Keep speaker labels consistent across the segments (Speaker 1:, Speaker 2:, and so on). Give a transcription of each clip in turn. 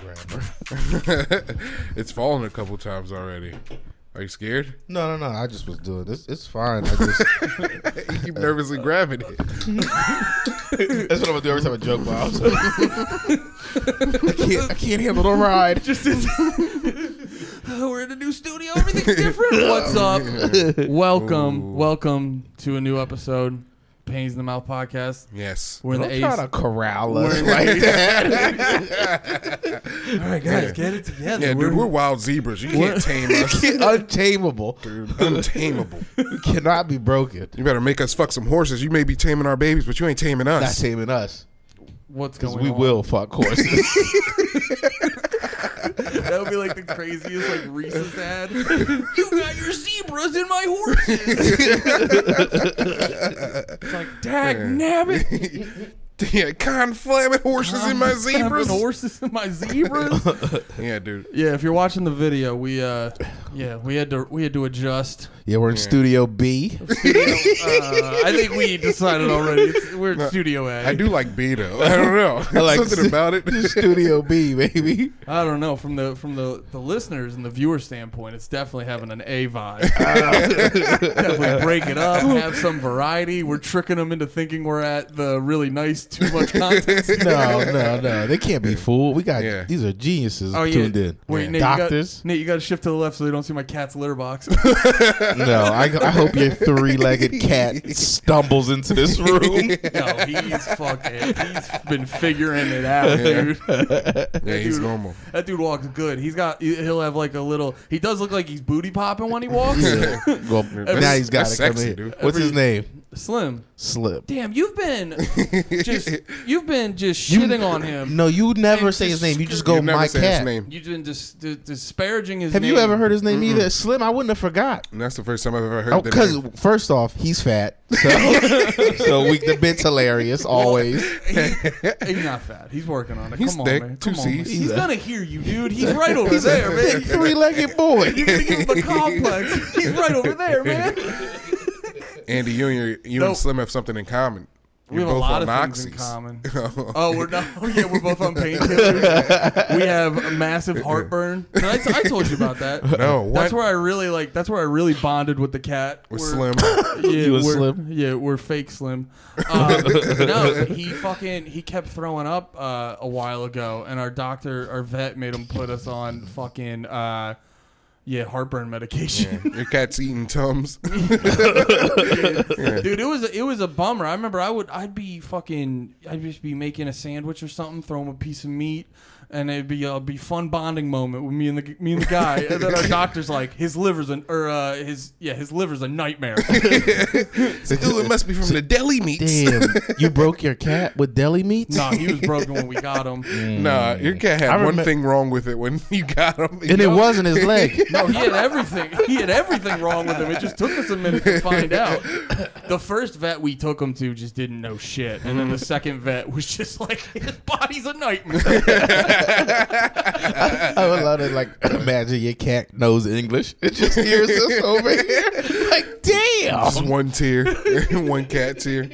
Speaker 1: grammar. it's fallen a couple times already. Are you scared?
Speaker 2: No, no, no. I just was doing this. It's fine. I just
Speaker 1: you keep nervously grabbing it.
Speaker 2: that's what I'm gonna do every time I joke. Wow. I can't. I can't handle the ride. Just
Speaker 3: Oh, we're in a new studio. Everything's different. What's up? welcome, welcome to a new episode, Pains in the Mouth podcast.
Speaker 1: Yes.
Speaker 3: We're in
Speaker 2: don't
Speaker 3: the
Speaker 2: try
Speaker 3: eighth.
Speaker 2: to corral us like that.
Speaker 3: All right, guys, get it together.
Speaker 1: Yeah, dude, we're wild zebras. You can't tame us.
Speaker 2: Untamable.
Speaker 1: Dude, untameable.
Speaker 2: We cannot be broken.
Speaker 1: You better make us fuck some horses. You may be taming our babies, but you ain't taming
Speaker 2: Not
Speaker 1: us.
Speaker 2: taming us
Speaker 3: What's going
Speaker 2: because
Speaker 3: on?
Speaker 2: we will fuck horses.
Speaker 3: That would be like the craziest like Reese's ad. you got your zebras in my horses. it's like, dag nabbit.
Speaker 1: yeah, conflamming horses in my zebras.
Speaker 3: horses in my zebras.
Speaker 1: Yeah, dude.
Speaker 3: yeah, if you're watching the video, we uh, yeah, we had to we had to adjust.
Speaker 2: yeah, we're in Studio B.
Speaker 3: Uh, I think we decided already. It's, we're in Studio A.
Speaker 1: I do like B though. I don't know.
Speaker 2: like
Speaker 1: Something about it.
Speaker 2: Studio B, baby.
Speaker 3: I don't know from the from the, the listeners and the viewer standpoint, it's definitely having an A vibe. definitely break it up, have some variety. We're tricking them into thinking we're at the really nice too much content.
Speaker 2: No, no, no. They can't be fooled. We got
Speaker 1: Yeah.
Speaker 2: these are geniuses
Speaker 3: Oh yeah,
Speaker 2: tuned in.
Speaker 3: Wait, Nate,
Speaker 2: Doctors.
Speaker 3: You got, Nate, you got to shift to the left so they don't see my cat's litter box.
Speaker 2: no, I, I hope your three-legged cat stumbles into this room.
Speaker 3: no, he's fucking. He's been figuring it out, dude.
Speaker 1: Yeah, he's
Speaker 3: Dude.
Speaker 1: normal.
Speaker 3: That dude walks good. He's got. He'll have like a little. He does look like he's booty popping when he walks.
Speaker 2: well, now he's got
Speaker 1: that's
Speaker 2: to come
Speaker 1: sexy,
Speaker 2: in.
Speaker 1: dude.
Speaker 2: What's his name?
Speaker 3: Slim.
Speaker 2: Slip.
Speaker 3: Damn, you've been just you've been just
Speaker 2: You-
Speaker 3: shitting on him.
Speaker 2: No, you never
Speaker 3: Dude,
Speaker 2: say his
Speaker 3: just
Speaker 2: name. You just
Speaker 3: screw-
Speaker 2: go
Speaker 1: You never
Speaker 2: my
Speaker 1: said
Speaker 2: cat.
Speaker 1: his name.
Speaker 3: You've been just dis- disparaging his.
Speaker 2: Have you
Speaker 3: name.
Speaker 2: ever heard his name either? Slim, I wouldn't have forgot.
Speaker 1: And that's the first time I've ever heard
Speaker 2: Oh,
Speaker 1: that.
Speaker 2: because
Speaker 1: name.
Speaker 2: first off, he's fat, so, so we, the bit's hilarious always.
Speaker 3: He's not fat. He's working on it.
Speaker 1: He's
Speaker 3: Come
Speaker 1: thick,
Speaker 3: on, man.
Speaker 1: two
Speaker 3: Come on, man.
Speaker 1: C's.
Speaker 3: He's gonna hear you, dude. He's right over
Speaker 2: He's
Speaker 3: there,
Speaker 2: a
Speaker 3: man.
Speaker 2: big three-legged boy.
Speaker 3: You're gonna give him the complex. He's right over there, man.
Speaker 1: Andy, you and your, you
Speaker 3: Nope.
Speaker 1: and Slim have something in common.
Speaker 3: We have a
Speaker 1: both
Speaker 3: lot
Speaker 1: on
Speaker 3: of things in
Speaker 1: Oxys.
Speaker 3: common. oh, we're not. Oh, yeah, we're both on painkillers. we have a massive heartburn. And I, I told you about that.
Speaker 1: No, what?
Speaker 3: That's where I really like. That's where I really bonded with the cat.
Speaker 1: With Slim.
Speaker 3: We're- Yeah,
Speaker 2: You was
Speaker 3: we're,
Speaker 2: slim?
Speaker 3: Yeah, we're fake slim. Um, no, he fucking he kept throwing up uh, a while ago, and our doctor, our vet, made him put us on fucking uh, yeah heartburn medication.
Speaker 1: Your cat's eating tums.
Speaker 3: Dude, it was a, it was a bummer. I remember I would I'd be fucking I'd just be making a sandwich or something, throw him a piece of meat, and it'd be a be fun bonding moment with me and the me and the guy. And then our doctor's like, his liver's an or uh, his yeah his liver's a nightmare.
Speaker 1: Ooh, it must be from the deli meats.
Speaker 2: Damn, you broke your cat with deli meats.
Speaker 3: nah, he was broken when we got him.
Speaker 1: Nah, your cat had
Speaker 2: I remem-
Speaker 1: one thing wrong with it when you got him.
Speaker 2: and it wasn't his leg.
Speaker 3: No, he had everything. He had everything wrong with him. It just took us a minute to find out. The first vet we took him to just didn't know shit, and then the second vet was just like, his body's a nightmare.
Speaker 2: I would love to like imagine your cat knows English. It just hears us over here. Like,
Speaker 1: Just
Speaker 2: damn.
Speaker 1: one tear, one cat tear.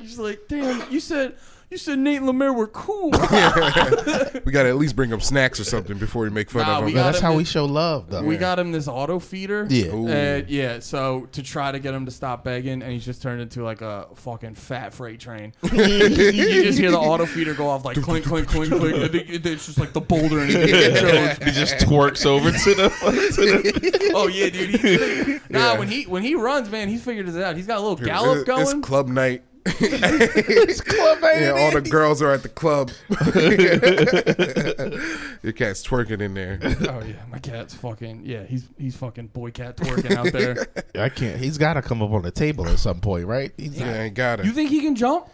Speaker 3: He's like, damn, you said you said Nate and Lemaire were cool.
Speaker 1: We gotta at least bring him snacks or something before we make fun
Speaker 3: Nah,
Speaker 1: of him.
Speaker 3: we
Speaker 2: But
Speaker 3: got
Speaker 2: that's
Speaker 3: him
Speaker 2: how
Speaker 3: in-
Speaker 2: we show love, though.
Speaker 3: We got him this auto feeder.
Speaker 2: Yeah.
Speaker 1: Ooh.
Speaker 3: Uh, yeah, so to try to get him to stop begging, and he's just turned into like a fucking fat freight train. you just hear the auto feeder go off like clink, clink, clink, clink. and it- It's just like the boulder. And it
Speaker 2: He just twerks over to the.
Speaker 3: oh yeah, dude. He's, nah, when he when he runs, man, he's figured it out. He's got a little
Speaker 1: It-
Speaker 3: gallop
Speaker 1: It's
Speaker 3: going.
Speaker 1: club night.
Speaker 2: It's club
Speaker 1: Yeah, all the
Speaker 2: Andy.
Speaker 1: girls are at the club. Your cat's twerking in there.
Speaker 3: oh yeah, my cat's fucking yeah. He's he's fucking boy cat twerking out there.
Speaker 2: I can't. He's got to come up on the table at some point, right? He's-
Speaker 1: Yeah, I got
Speaker 3: You
Speaker 1: it.
Speaker 3: think he can jump?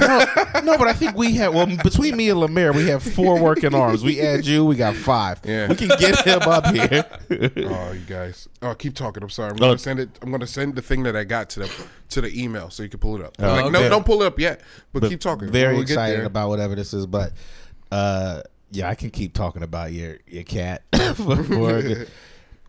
Speaker 2: no, but I think we have. Well, between me and Lemaire, we have four working arms. We add you, we got five.
Speaker 1: Yeah.
Speaker 2: We can get him up here.
Speaker 1: Oh, you guys. Oh, keep talking. I'm sorry. I'm gonna send it. I'm gonna send the thing that I got to the to the email so you can pull it up. like,
Speaker 2: Oh, okay.
Speaker 1: No, don't pull it up yet. But, keep talking.
Speaker 2: Very
Speaker 1: We'll get
Speaker 2: excited
Speaker 1: there.
Speaker 2: about whatever this is, but uh, yeah, I can keep talking about your your cat. for- for-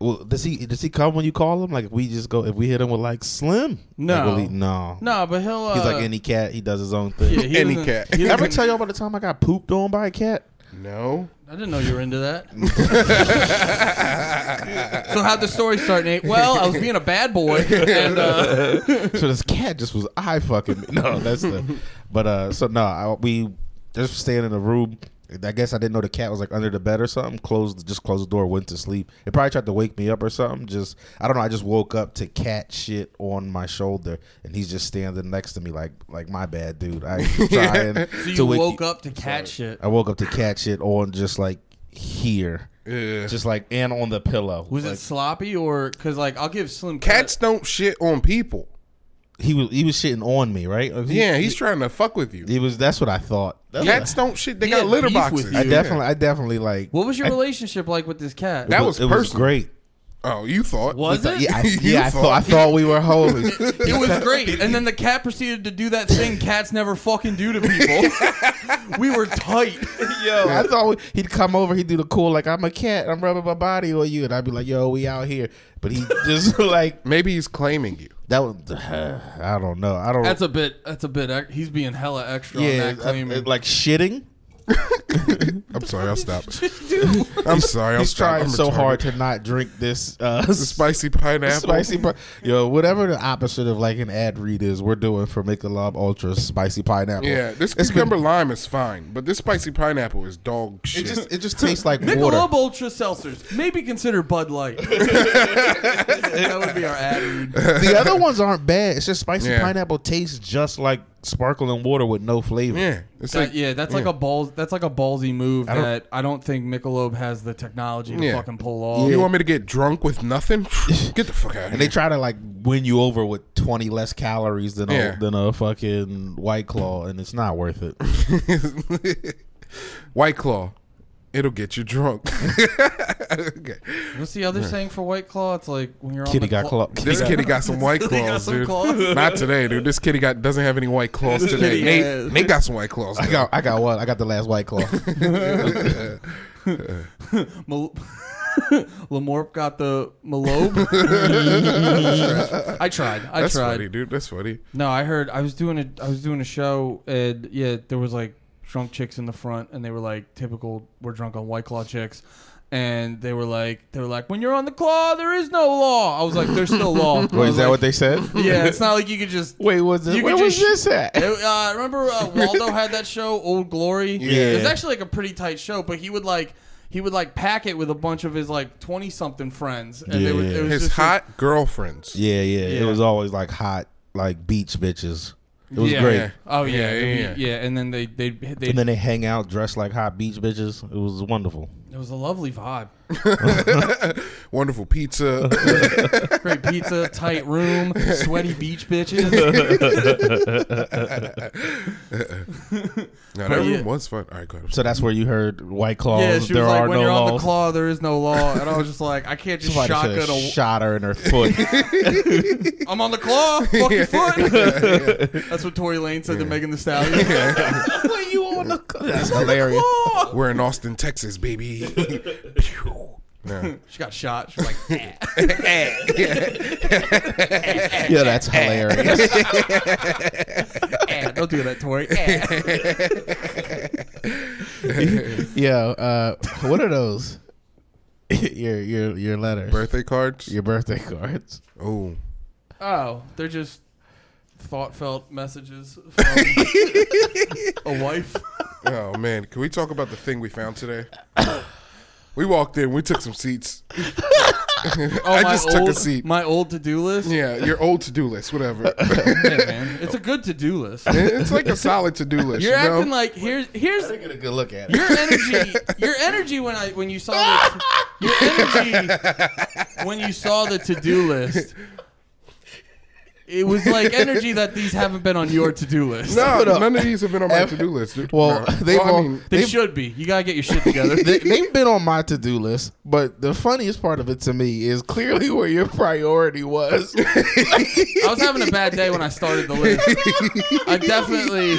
Speaker 2: well, does he does he come when you call him? Like if we just go if we hit him with like Slim?
Speaker 3: No.
Speaker 2: Like, will he- no,
Speaker 3: No, but he'll. Uh,
Speaker 2: He's like any cat. He does his own thing.
Speaker 3: yeah, he
Speaker 1: any
Speaker 3: doesn't-
Speaker 1: cat.
Speaker 3: he
Speaker 2: Did I ever
Speaker 3: doesn't-
Speaker 2: tell y'all about the time I got pooped on by a cat?
Speaker 1: No.
Speaker 3: I didn't know you were into that. so how'd the story start, Nate? Well, I was being a bad boy, and uh,
Speaker 2: so this cat just was eye fucking me. No, that's the. But uh, so no, I, we just staying in a room. I guess I didn't know the cat was like under the bed or something. Closed, just closed the door, went to sleep. It probably tried to wake me up or something. Just I don't know. I just woke up to cat shit on my shoulder, and he's just standing next to me, like like my bad, dude. I was trying
Speaker 3: so you
Speaker 2: to wake
Speaker 3: woke up to cat shit.
Speaker 2: I woke up to cat shit on just like here,
Speaker 1: Yeah.
Speaker 2: just like and on the pillow.
Speaker 3: Was
Speaker 2: Like,
Speaker 3: it sloppy or because like I'll give Slim credit.
Speaker 1: Cats don't shit on people.
Speaker 2: he was he was shitting on me, right? Like, he-
Speaker 1: Yeah, he's trying to fuck with you.
Speaker 2: He was. That's what I thought. That's what I-
Speaker 1: Cats don't shit. They
Speaker 3: He
Speaker 1: got
Speaker 3: had
Speaker 1: litter
Speaker 3: beef with
Speaker 1: boxes.
Speaker 3: you.
Speaker 2: I definitely, I definitely like.
Speaker 3: What was your relationship like with this cat?
Speaker 1: That
Speaker 2: it
Speaker 1: was
Speaker 2: it was
Speaker 1: personal.
Speaker 2: great.
Speaker 1: Oh, you thought?
Speaker 3: was it?
Speaker 2: uh, Yeah, I,
Speaker 1: You
Speaker 2: yeah. I thought I thought we were homies.
Speaker 3: It was great. And then the cat proceeded to do that thing cats never fucking do to people. we were tight.
Speaker 2: yo, I thought we, he'd come over. He'd do the cool like I'm a cat. I'm rubbing my body on you, and I'd be like, "Yo, we out here." But he just like
Speaker 1: Maybe he's claiming you.
Speaker 2: that was. I don't know. I don't.
Speaker 3: That's a bit. That's a bit. ex- He's being hella extra on
Speaker 2: yeah,
Speaker 3: that claim.
Speaker 2: I- I- like shitting.
Speaker 1: I'm sorry. I'll stop.
Speaker 3: Dude,
Speaker 1: I'm sorry. I'll
Speaker 2: He's
Speaker 1: stop.
Speaker 2: trying
Speaker 1: I'm
Speaker 2: so
Speaker 1: retarded.
Speaker 2: hard to not drink this uh,
Speaker 1: The spicy pineapple.
Speaker 2: spicy. Pi- yo, whatever the opposite of like an ad read is, we're doing for Make the Love Ultra Spicy Pineapple.
Speaker 1: Yeah, this
Speaker 2: It's been-
Speaker 1: cucumber lime is fine, but this spicy pineapple is dog
Speaker 2: It
Speaker 1: shit.
Speaker 2: just it just tastes like water.
Speaker 3: Michelob Ultra seltzers. Maybe consider Bud Light. that would be our ad read.
Speaker 2: the other ones aren't bad. It's just spicy
Speaker 1: Yeah.
Speaker 2: pineapple tastes just like sparkling water with no flavor.
Speaker 1: yeah, it's
Speaker 3: That-
Speaker 1: like
Speaker 3: yeah, that's like a balls. That's like a ballsy move
Speaker 2: don't-
Speaker 3: that I don't think Michelob has the technology to
Speaker 1: Yeah.
Speaker 3: fucking pull off.
Speaker 1: You want me to get drunk with nothing? Get the fuck out of
Speaker 2: And they
Speaker 1: here.
Speaker 2: try to like win you over with twenty less calories than
Speaker 1: Yeah.
Speaker 2: a, than a fucking white claw, and it's not worth it.
Speaker 1: White Claw, it'll get you drunk. okay.
Speaker 3: What's the other saying for White Claw? It's like when you're
Speaker 2: Kitty
Speaker 3: on the
Speaker 2: got claw.
Speaker 3: clo-
Speaker 2: kitty
Speaker 1: This
Speaker 2: got-
Speaker 1: kitty got some White
Speaker 3: They
Speaker 1: Claws,
Speaker 3: got some
Speaker 1: dude.
Speaker 3: claws.
Speaker 1: Not today, dude. This kitty got doesn't have any White Claws
Speaker 3: This
Speaker 1: today.
Speaker 3: kitty
Speaker 1: Nate,
Speaker 3: has-
Speaker 1: Nate got some White Claws.
Speaker 2: I
Speaker 1: though.
Speaker 2: got I got what I got the last white claw.
Speaker 3: Mal- Lamorp got the Malobe. I tried. I
Speaker 1: That's
Speaker 3: tried.
Speaker 1: funny, dude. That's funny.
Speaker 3: No, I heard. I was doing a. I was doing a show, and yeah, there was like drunk chicks in the front, and they were like typical. We're drunk on White Claw chicks, and they were like, they were like, when you're on the claw, there is no law. I was like, there's still law. I
Speaker 2: Wait,
Speaker 3: was
Speaker 2: is that
Speaker 3: like-
Speaker 2: what they said?
Speaker 3: Yeah, it's not like you could just.
Speaker 2: Wait, was this,
Speaker 3: You
Speaker 2: where
Speaker 3: could
Speaker 2: was
Speaker 3: just-
Speaker 2: this at?
Speaker 3: It, uh, remember uh, Waldo had that show, Old Glory.
Speaker 2: Yeah.
Speaker 3: it was actually like a pretty tight show, but he would like he would like pack it with a bunch of his like twenty something friends, and they would, it
Speaker 2: Yeah.
Speaker 3: was
Speaker 1: His
Speaker 3: just
Speaker 1: hot girlfriends.
Speaker 2: Yeah, yeah,
Speaker 3: Yeah.
Speaker 2: It was always like hot, like beach bitches. It was
Speaker 3: Yeah.
Speaker 2: great.
Speaker 1: Yeah.
Speaker 3: Oh yeah,
Speaker 1: Yeah,
Speaker 3: yeah,
Speaker 1: yeah,
Speaker 3: yeah. And then they they they
Speaker 2: And then they hang out dressed like hot beach bitches. It was wonderful.
Speaker 3: it was a lovely vibe.
Speaker 1: Wonderful pizza.
Speaker 3: Great pizza, tight room, sweaty beach bitches.
Speaker 1: no, that
Speaker 3: yeah.
Speaker 1: room was fun. All right, go ahead.
Speaker 2: So that's where you heard White Claws.
Speaker 3: yeah, she
Speaker 2: Oh, there
Speaker 3: was like,
Speaker 2: are
Speaker 3: when
Speaker 2: no
Speaker 3: you're on the
Speaker 2: laws.
Speaker 3: claw, there is no law. And I was just like, I can't just
Speaker 2: Somebody should
Speaker 3: shotgun
Speaker 2: have
Speaker 3: a.
Speaker 2: shot her in her foot.
Speaker 3: I'm on the claw, fuck your foot. That's what Tory Lane said to Megan the Stallion. when you on the
Speaker 2: that's hilarious.
Speaker 3: claw,
Speaker 1: We're in Austin, Texas, baby. Pew. Yeah.
Speaker 3: she got shot. She was like, "Eh."
Speaker 1: Eh.
Speaker 2: Yeah, that's hilarious.
Speaker 3: Eh, don't do that, Tori. Eh.
Speaker 2: Yo, uh, what are those? your your your letters.
Speaker 1: Birthday cards.
Speaker 2: your birthday cards.
Speaker 1: Oh,
Speaker 3: Oh, they're just thought felt messages from a wife.
Speaker 1: oh man! Can we talk about the thing we found today? We walked in. We took some seats.
Speaker 3: Oh,
Speaker 1: I
Speaker 3: my
Speaker 1: just
Speaker 3: old,
Speaker 1: took a seat.
Speaker 3: My old to do list.
Speaker 1: Yeah, your old to do list, whatever.
Speaker 3: Yeah, man. It's a good to do list.
Speaker 1: it's like a solid to do list.
Speaker 3: You're
Speaker 1: you know?
Speaker 3: acting like here's here's
Speaker 2: Get a good look at
Speaker 3: your energy. Your energy when I when you saw the your energy when you saw the to do list. It was like energy that these haven't been on your to do list.
Speaker 1: no,
Speaker 2: Hold up.
Speaker 1: none of these have been on my to do list. Dude.
Speaker 2: Well,
Speaker 1: No.
Speaker 2: they've
Speaker 1: Well, I
Speaker 2: all-
Speaker 1: mean,
Speaker 3: They
Speaker 2: They've-
Speaker 3: should be. You gotta get your shit together.
Speaker 2: they, they've been on my to-do list, but the funniest part of it to me is clearly where your priority was.
Speaker 3: I was having a bad day when I started the list. I definitely,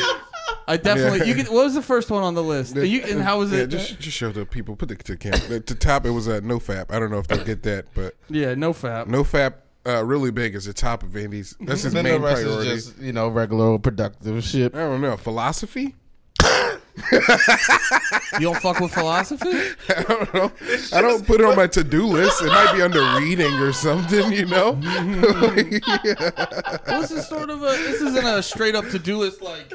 Speaker 3: I definitely. You could, what was the first one on the list? You, and how was
Speaker 1: yeah,
Speaker 3: it?
Speaker 1: just just show the people. Put the to camera. The, the top it was a no fap. I don't know if they'll get that, but
Speaker 3: yeah, no fap.
Speaker 1: no fap. Uh, really big is the top of Andy's. That's his
Speaker 2: Mm-hmm. then the
Speaker 1: main
Speaker 2: rest
Speaker 1: priority.
Speaker 2: is just you know regular old productive shit.
Speaker 1: I don't know philosophy.
Speaker 3: You don't fuck with philosophy?
Speaker 1: I don't know. I don't put it on my to do list. It might be under reading or something, you know?
Speaker 3: Well, this is sort of a this isn't a straight up to do list like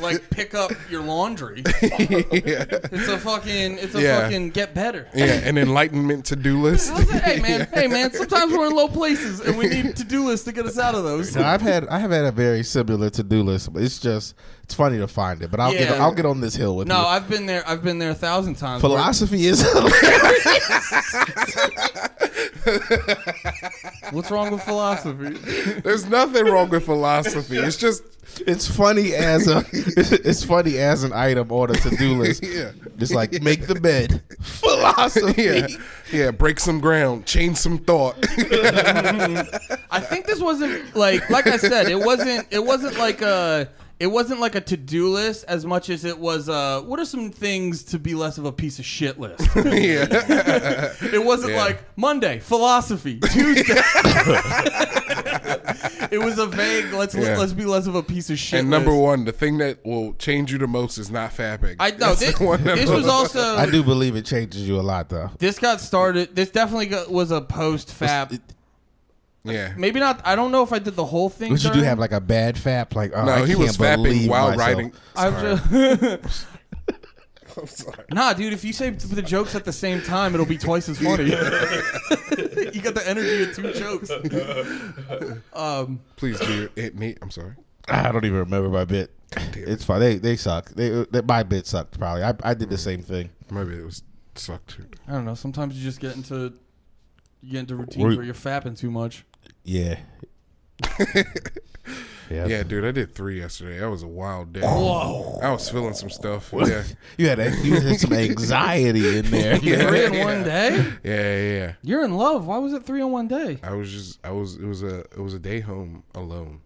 Speaker 3: like pick up your laundry. It's a fucking it's a
Speaker 1: Yeah.
Speaker 3: fucking get better.
Speaker 1: Yeah, an enlightenment to do list.
Speaker 3: I was like, hey man, hey man, sometimes we're in low places and we need to do lists to get us out of those.
Speaker 2: No, I've had I have had a very similar to do list, but it's just it's funny to find it. But I'll get
Speaker 3: Yeah.
Speaker 2: I'll get on this hill with
Speaker 3: No,
Speaker 2: you.
Speaker 3: I've been there I've been there a thousand times. where-
Speaker 2: Philosophy is
Speaker 3: What's wrong with philosophy?
Speaker 1: There's nothing wrong with philosophy. It's just,
Speaker 2: it's funny as a it's funny as an item on a to do list.
Speaker 1: Yeah.
Speaker 2: It's like make the bed. Philosophy.
Speaker 1: yeah, yeah, break some ground, change some thought.
Speaker 3: I think this wasn't like like I said, it wasn't it wasn't like a it wasn't like a to-do list as much as it was uh what are some things to be less of a piece of shit list.
Speaker 1: yeah.
Speaker 3: It wasn't like Monday philosophy, Tuesday. it was a vague let's
Speaker 1: Yeah.
Speaker 3: let's be less of a piece of shit.
Speaker 1: And number
Speaker 3: list.
Speaker 1: one, the thing that will change you the most is not fapping.
Speaker 3: I know
Speaker 1: That's
Speaker 3: this,
Speaker 1: the one that-
Speaker 3: this was also
Speaker 2: I do believe it changes you a lot though.
Speaker 3: this got started. This definitely got, was a post fap.
Speaker 1: Yeah.
Speaker 3: Maybe not. I don't know if I did the whole thing.
Speaker 2: But you do
Speaker 3: during-
Speaker 2: have like a bad fap, like oh,
Speaker 1: No,
Speaker 2: I
Speaker 1: he
Speaker 2: can't
Speaker 1: was fapping
Speaker 2: believe
Speaker 1: while
Speaker 2: myself.
Speaker 1: riding.
Speaker 3: I've just.
Speaker 1: I'm sorry.
Speaker 3: Nah, dude, if you say th- the jokes at the same time, it'll be twice as funny. you got the energy of two jokes. Um,
Speaker 1: Please do it, Nate. I'm sorry.
Speaker 2: I don't even remember my bit. It's fine. They they suck. They, they my bit sucked probably. I, I did the same thing.
Speaker 1: Maybe it was sucked. too.
Speaker 3: I don't know. Sometimes you just get into you get into routines
Speaker 2: Root.
Speaker 3: where you're fapping too much.
Speaker 2: Yeah. yeah.
Speaker 1: Yeah, dude, I did three yesterday. That was a wild day.
Speaker 3: Whoa.
Speaker 1: I was feeling some stuff. Yeah,
Speaker 2: You had a, you had some anxiety in there.
Speaker 3: Three in one day?
Speaker 1: yeah, yeah. yeah.
Speaker 3: You're in love. Why was it three in one day?
Speaker 1: I was just, I was, it was a, it was a day home alone.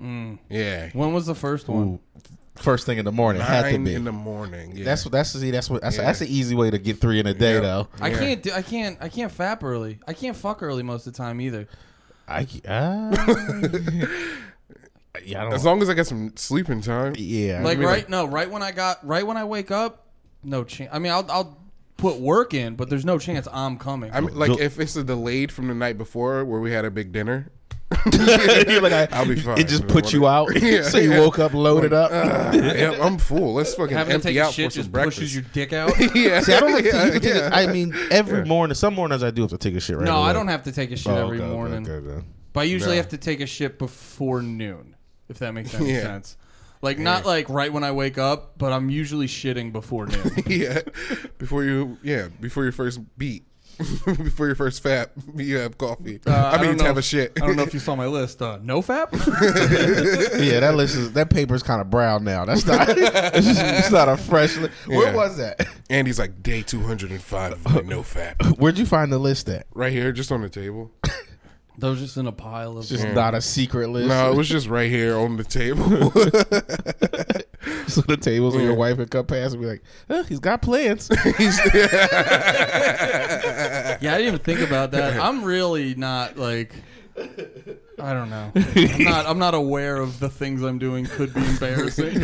Speaker 3: Mm.
Speaker 1: Yeah,
Speaker 3: When was the first one?
Speaker 2: First thing in the morning had to
Speaker 1: nine
Speaker 2: be.
Speaker 1: in the morning. Yeah.
Speaker 2: that's what that's see that's what that's
Speaker 1: Yeah.
Speaker 2: that's an easy way to get three in a day
Speaker 1: Yeah.
Speaker 2: though.
Speaker 3: I
Speaker 1: Yeah.
Speaker 3: can't do I can't I can't fap early. I can't fuck early most of the time either.
Speaker 2: I c- uh, yeah I don't
Speaker 1: as long as I get some sleeping time.
Speaker 2: yeah
Speaker 3: Like
Speaker 1: mean,
Speaker 3: right
Speaker 1: like-
Speaker 3: no, right when I got right when I wake up, no chance. I mean, I'll I'll put work in, but there's no chance I'm coming.
Speaker 1: I mean, like
Speaker 2: Don't-
Speaker 1: if it's a delayed from the night before where we had a big dinner.
Speaker 2: You're like, I,
Speaker 1: I'll be fine.
Speaker 2: It just put you out, so you woke up loaded up.
Speaker 1: uh, yeah, I'm full. Let's fucking
Speaker 3: Having to
Speaker 1: empty
Speaker 3: take a
Speaker 1: out for
Speaker 3: shit
Speaker 1: some
Speaker 3: just pushes
Speaker 1: breakfast.
Speaker 3: your dick out.
Speaker 1: yeah,
Speaker 2: See, I don't have to.
Speaker 1: yeah,
Speaker 2: you can take a-
Speaker 1: yeah.
Speaker 2: I mean, every morning, some mornings I do have to take a shit right
Speaker 3: No,
Speaker 2: away.
Speaker 3: I don't have to take a shit
Speaker 2: Oh,
Speaker 3: every
Speaker 2: okay, okay,
Speaker 3: morning,
Speaker 2: okay, okay.
Speaker 3: but I usually
Speaker 1: No.
Speaker 3: have to take a shit before noon, if that makes any
Speaker 1: Yeah.
Speaker 3: sense. Like not like right when I wake up, but I'm usually shitting before noon. Uh,
Speaker 1: yeah. Before you, yeah, before your first beat, before your first fap, you have coffee.
Speaker 3: Uh,
Speaker 1: I
Speaker 3: don't
Speaker 1: mean,
Speaker 3: know
Speaker 1: have a
Speaker 3: if-
Speaker 1: shit.
Speaker 3: I don't know if you saw my list. Uh, no fap.
Speaker 2: Yeah, that list is that paper's kind of brown now. That's not. it's, just, it's not a fresh. Li- Where
Speaker 1: Yeah.
Speaker 2: was that?
Speaker 1: Andy's like day 205 of my no fap.
Speaker 2: Where'd you find the list at?
Speaker 1: Right here, just on the table.
Speaker 3: Those just in a pile of.
Speaker 2: Just not a secret list.
Speaker 1: No, it was just right here on the table.
Speaker 2: so the tables where your wife would come past and be like, "Huh, "He's got plans."
Speaker 3: yeah, I didn't even think about that. I'm really not like. I don't know. I'm not. I'm not aware of the things I'm doing could be embarrassing.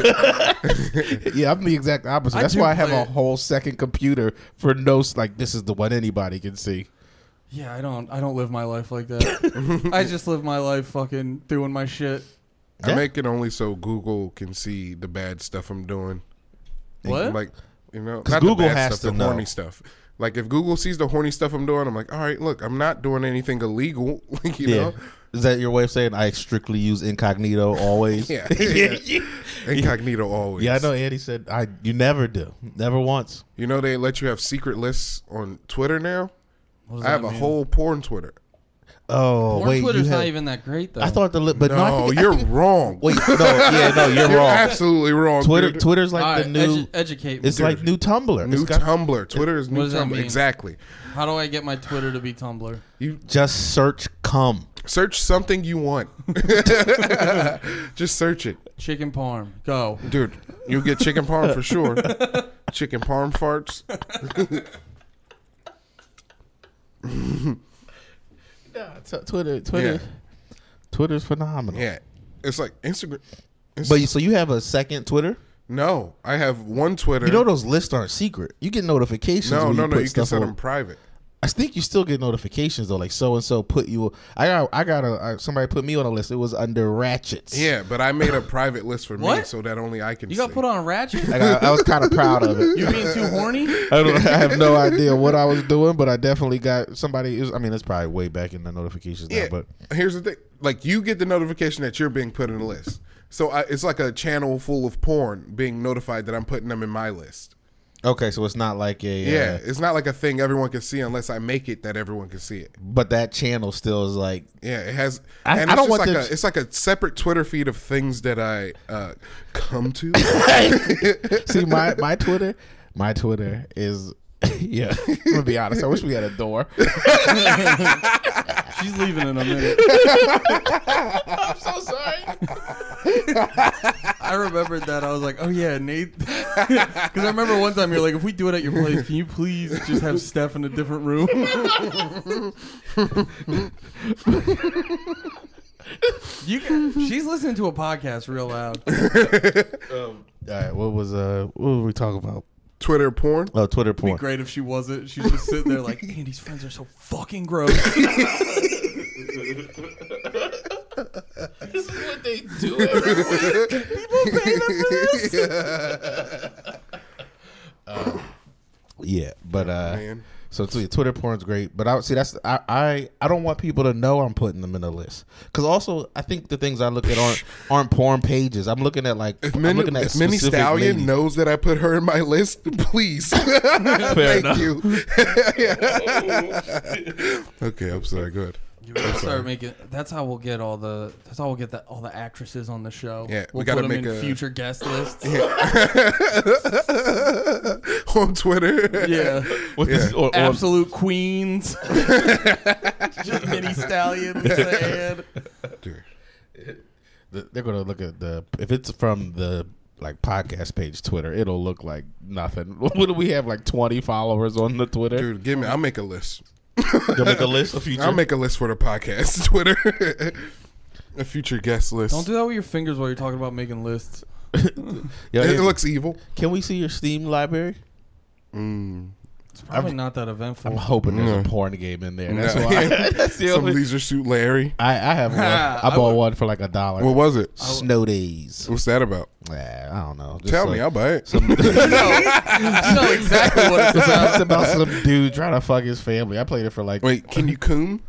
Speaker 2: yeah, I'm the exact opposite.
Speaker 3: I
Speaker 2: That's
Speaker 3: do
Speaker 2: why I have
Speaker 3: play
Speaker 2: a
Speaker 3: it.
Speaker 2: whole second computer for no. s- Like this is the one anybody can see.
Speaker 3: Yeah, I don't. I don't live my life like that. I just live my life fucking doing my shit.
Speaker 1: I
Speaker 2: Yeah.
Speaker 1: make it only so Google can see the bad stuff I'm doing.
Speaker 3: What?
Speaker 1: Like, you know,
Speaker 2: 'Cause
Speaker 1: not
Speaker 2: Google
Speaker 1: the bad
Speaker 2: has
Speaker 1: stuff,
Speaker 2: to
Speaker 1: the
Speaker 2: know.
Speaker 1: horny stuff. Like, if Google sees the horny stuff I'm doing, I'm like, all right, look, I'm not doing anything illegal. Like, you know?
Speaker 2: Is that your way of saying I strictly use incognito always?
Speaker 1: Yeah.
Speaker 2: yeah, yeah.
Speaker 1: Incognito always.
Speaker 2: Yeah, I know. Andy said I. You never do. Never once.
Speaker 1: You know, they let you have secret lists on Twitter now.
Speaker 3: What does
Speaker 1: I have
Speaker 3: that
Speaker 1: a
Speaker 3: mean?
Speaker 1: whole porn Twitter.
Speaker 2: Oh
Speaker 3: Porn
Speaker 2: wait,
Speaker 3: Twitter's
Speaker 2: you have,
Speaker 3: not even that great though.
Speaker 2: I thought the li- but no,
Speaker 1: No,
Speaker 2: I think- I
Speaker 1: you're
Speaker 2: think-
Speaker 1: wrong.
Speaker 2: wait. No, yeah, no, you're
Speaker 1: You're
Speaker 2: wrong.
Speaker 1: absolutely wrong.
Speaker 2: Twitter,
Speaker 1: dude.
Speaker 2: Twitter's like
Speaker 3: All right,
Speaker 2: the new.
Speaker 3: edu- educate me.
Speaker 2: it's like new Tumblr.
Speaker 1: new
Speaker 2: it's got,
Speaker 1: Tumblr. Twitter is new
Speaker 3: What does that
Speaker 1: Tumblr.
Speaker 3: mean?
Speaker 1: Exactly.
Speaker 3: How do I get my Twitter to be Tumblr?
Speaker 1: You
Speaker 2: just search cum.
Speaker 1: search something you want. Just search it,
Speaker 3: Chicken parm. Go.
Speaker 1: dude. You'll get chicken parm for sure. Chicken parm farts.
Speaker 2: Twitter, Twitter,
Speaker 1: Yeah.
Speaker 2: Twitter's phenomenal.
Speaker 1: Yeah, it's like Instagram.
Speaker 2: But you, so you have a second Twitter?
Speaker 1: No, I have one Twitter.
Speaker 2: You know those lists aren't secret. You get notifications.
Speaker 1: no,
Speaker 2: when
Speaker 1: no,
Speaker 2: you
Speaker 1: no.
Speaker 2: put
Speaker 1: You can
Speaker 2: stuff
Speaker 1: set
Speaker 2: on-
Speaker 1: them private.
Speaker 2: I think you still get notifications though. Like so and so put you. I got. I got a. I, somebody put me on a list. It was under ratchets.
Speaker 1: Yeah, but I made a private list for me
Speaker 3: What?
Speaker 1: so that only I can.
Speaker 3: You got
Speaker 1: see.
Speaker 3: put on a ratchet?
Speaker 2: Like, I, I was kind of proud of it.
Speaker 3: You being too horny?
Speaker 2: I, don't, I have no idea what I was doing, but I definitely got somebody. It was, I mean, it's probably way back in the notifications now,
Speaker 1: Yeah,
Speaker 2: but
Speaker 1: here's the thing: like you get the notification that you're being put in the list. So I, it's like a channel full of porn being notified that I'm putting them in my list.
Speaker 2: okay, so it's not like a. uh,
Speaker 1: Yeah,
Speaker 2: Yeah.
Speaker 1: it's not like a thing everyone can see unless I make it that everyone can see it.
Speaker 2: but that channel still is like.
Speaker 1: Yeah, it has.
Speaker 2: I-
Speaker 1: and
Speaker 2: I
Speaker 1: it's
Speaker 2: don't
Speaker 1: just
Speaker 2: want
Speaker 1: like
Speaker 2: them-
Speaker 1: a, It's like a separate Twitter feed of things that I uh, come to.
Speaker 2: See my my Twitter, my Twitter is. Yeah, I'm gonna be honest. I wish we had a door.
Speaker 3: She's leaving in a minute.
Speaker 2: I'm so sorry.
Speaker 3: I remembered that. I was like, oh yeah, Nate. Because I remember one time you're like, if we do it at your place, can you please just have Steph in a different room? you can, she's listening to a podcast real loud.
Speaker 2: All right, what was uh, what were we talking about?
Speaker 1: Twitter porn.
Speaker 2: Oh, Twitter porn.
Speaker 3: Great if she wasn't. She's just sitting there like, Andy's friends are so fucking gross.
Speaker 2: This is what they do every week. People pay them for this. Uh, yeah, but uh,
Speaker 1: Man.
Speaker 2: so tw- Twitter porn's great, but I see that's I, I I don't want people to know I'm putting them in a list because also I think the things I look at aren't aren't porn pages. I'm looking at like
Speaker 1: If
Speaker 2: I'm
Speaker 1: Minnie,
Speaker 2: looking at
Speaker 1: if Minnie
Speaker 2: specific
Speaker 1: Stallion
Speaker 2: ladies.
Speaker 1: knows that I put her in my list, please. Thank
Speaker 2: enough.
Speaker 1: you. okay, I'm sorry. Good.
Speaker 3: Start making. That's how we'll get all the. That's how we'll get the, all the actresses on the show.
Speaker 1: Yeah, we
Speaker 3: we'll
Speaker 1: gotta
Speaker 3: put them
Speaker 1: make
Speaker 3: in
Speaker 1: a-
Speaker 3: future guest lists.
Speaker 1: On Twitter.
Speaker 3: yeah.
Speaker 2: What this- or- or-
Speaker 3: Absolute queens. Just mini stallions. and-
Speaker 1: Dude.
Speaker 2: th- they're gonna look at the if it's from the like podcast page Twitter, it'll look like nothing. What do we have like 20 followers on the Twitter?
Speaker 1: Dude, give me. I'll make a list.
Speaker 2: You'll make a list of future.
Speaker 1: I'll make a list for the podcast Twitter. a future guest list.
Speaker 3: Don't do that with your fingers while you're talking about making lists.
Speaker 2: Yo,
Speaker 1: it,
Speaker 2: hey,
Speaker 1: it looks evil. Mm.
Speaker 2: can we see your Steam library?
Speaker 3: It's probably not that eventful.
Speaker 2: I'm hoping there's
Speaker 1: No.
Speaker 2: a porn game in there. That's
Speaker 1: No.
Speaker 2: why. that's the
Speaker 1: Some
Speaker 2: only.
Speaker 1: leisure suit Larry.
Speaker 2: I, I have one. I,
Speaker 3: I
Speaker 2: bought
Speaker 3: would-
Speaker 2: one for like a dollar.
Speaker 1: What was it?
Speaker 2: Snow days.
Speaker 1: What's that about?
Speaker 2: Nah, I don't know. Just
Speaker 1: Tell
Speaker 2: like-
Speaker 1: me. I'll buy it.
Speaker 3: I know exactly what
Speaker 2: it's,
Speaker 3: it's about.
Speaker 2: about, it's about some dude trying to fuck his family. I played it for like. Wait,
Speaker 1: Wait, can you coom?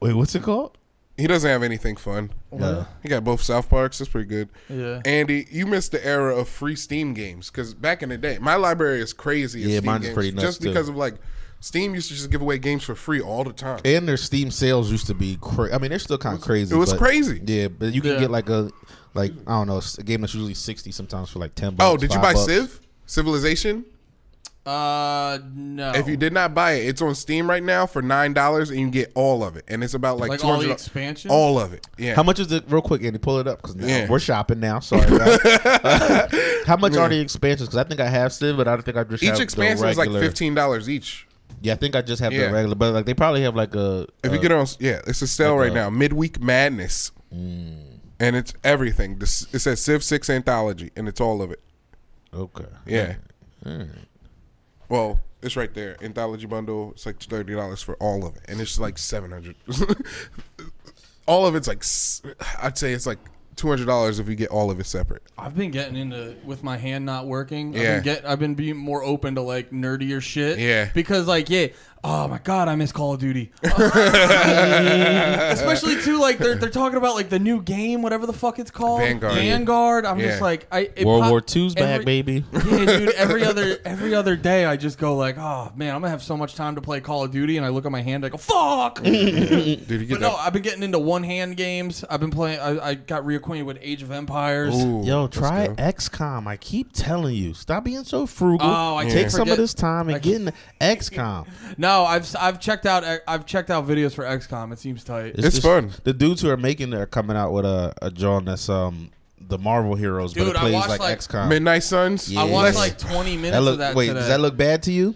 Speaker 2: what's it called? Uh,
Speaker 1: He doesn't have anything fun.
Speaker 2: No.
Speaker 1: He got both South Parks. That's pretty good.
Speaker 3: Yeah.
Speaker 1: Andy, you missed the era of free Steam games because back in the day, my library is crazy. as
Speaker 2: Yeah,
Speaker 1: Steam
Speaker 2: mine's
Speaker 1: games,
Speaker 2: pretty nuts,
Speaker 1: Just
Speaker 2: too.
Speaker 1: because of like Steam used to just give away games for free all the time.
Speaker 2: And their Steam sales used to be crazy. I mean, they're still kind of crazy.
Speaker 1: it was
Speaker 2: but-
Speaker 1: crazy.
Speaker 2: Yeah, but you can
Speaker 3: Yeah.
Speaker 2: get like a, like I don't know, a game that's usually sixty sometimes for like ten. bucks.
Speaker 1: oh, did you
Speaker 2: five
Speaker 1: buy
Speaker 2: bucks.
Speaker 1: Civ? Civilization?
Speaker 3: Uh, no.
Speaker 1: If you did not buy it, it's on Steam right now for nine dollars, and you get all of it, and it's about like,
Speaker 3: like all
Speaker 1: 200
Speaker 3: the expansions,
Speaker 1: all of it. Yeah,
Speaker 2: How much is it, real quick, Andy? Pull it up because
Speaker 1: Yeah.
Speaker 2: we're shopping now. Sorry. guys. How much are the expansions? Because I think I have Civ, but I don't think I just have
Speaker 1: each
Speaker 2: the
Speaker 1: expansion is like
Speaker 2: regular-
Speaker 1: fifteen dollars each.
Speaker 2: Yeah, I think I just have
Speaker 1: Yeah.
Speaker 2: the regular, but like they probably have like a.
Speaker 1: If
Speaker 2: a-
Speaker 1: you get it on, yeah, it's a sale
Speaker 2: like
Speaker 1: right
Speaker 2: a-
Speaker 1: now. Midweek Madness,
Speaker 2: Mm.
Speaker 1: and it's everything. This, it says Civ Six Anthology, and it's all of it.
Speaker 2: okay,
Speaker 1: Yeah.
Speaker 2: Mm.
Speaker 1: Well, it's right there. Anthology bundle. It's like thirty dollars for all of it, and it's like seven hundred. all of it's like s- I'd say it's like two hundred dollars if you get all of it separate.
Speaker 3: I've been getting into with my hand not working.
Speaker 1: Yeah.
Speaker 3: I've been, get, I've been being more open to like nerdier shit.
Speaker 1: Yeah.
Speaker 3: Because like yeah, oh my god, I miss Call of Duty. Especially too like they're they're talking about like the new game, whatever the fuck it's called,
Speaker 1: Vanguard.
Speaker 3: Vanguard. I'm
Speaker 1: Yeah.
Speaker 3: just like I it
Speaker 2: World
Speaker 3: pop-
Speaker 2: War Two's back,
Speaker 3: every-
Speaker 2: baby.
Speaker 3: Yeah, dude. Every other every other day, I just go like, oh man, I'm gonna have so much time to play Call of Duty, and I look at my hand, I go, fuck.
Speaker 1: Did you get
Speaker 3: Mm. But no, I've been getting into one hand games. I've been playing. I, I got reacquainted with Age of Empires.
Speaker 1: that? Ooh,
Speaker 2: Yo,
Speaker 1: let's
Speaker 2: try
Speaker 1: go.
Speaker 2: XCOM. I keep telling you, stop being so frugal.
Speaker 3: Oh, I
Speaker 2: take
Speaker 3: keep
Speaker 2: some of
Speaker 3: forget-
Speaker 2: this time and
Speaker 3: I
Speaker 2: get in XCOM.
Speaker 3: No, I've I've checked out I've checked out videos for XCOM. It seems tight.
Speaker 1: It's fun.
Speaker 2: The dudes who are making it are coming out with a a John that's um the Marvel heroes,
Speaker 3: Dude,
Speaker 2: but it
Speaker 3: I
Speaker 2: plays
Speaker 3: watched,
Speaker 2: like,
Speaker 3: like-
Speaker 2: XCOM.
Speaker 1: Midnight Suns.
Speaker 2: Yeah.
Speaker 3: I
Speaker 1: Let's-
Speaker 3: watched like 20 minutes
Speaker 2: that
Speaker 3: of
Speaker 2: look,
Speaker 3: that
Speaker 2: wait,
Speaker 3: today.
Speaker 2: does that look bad to you?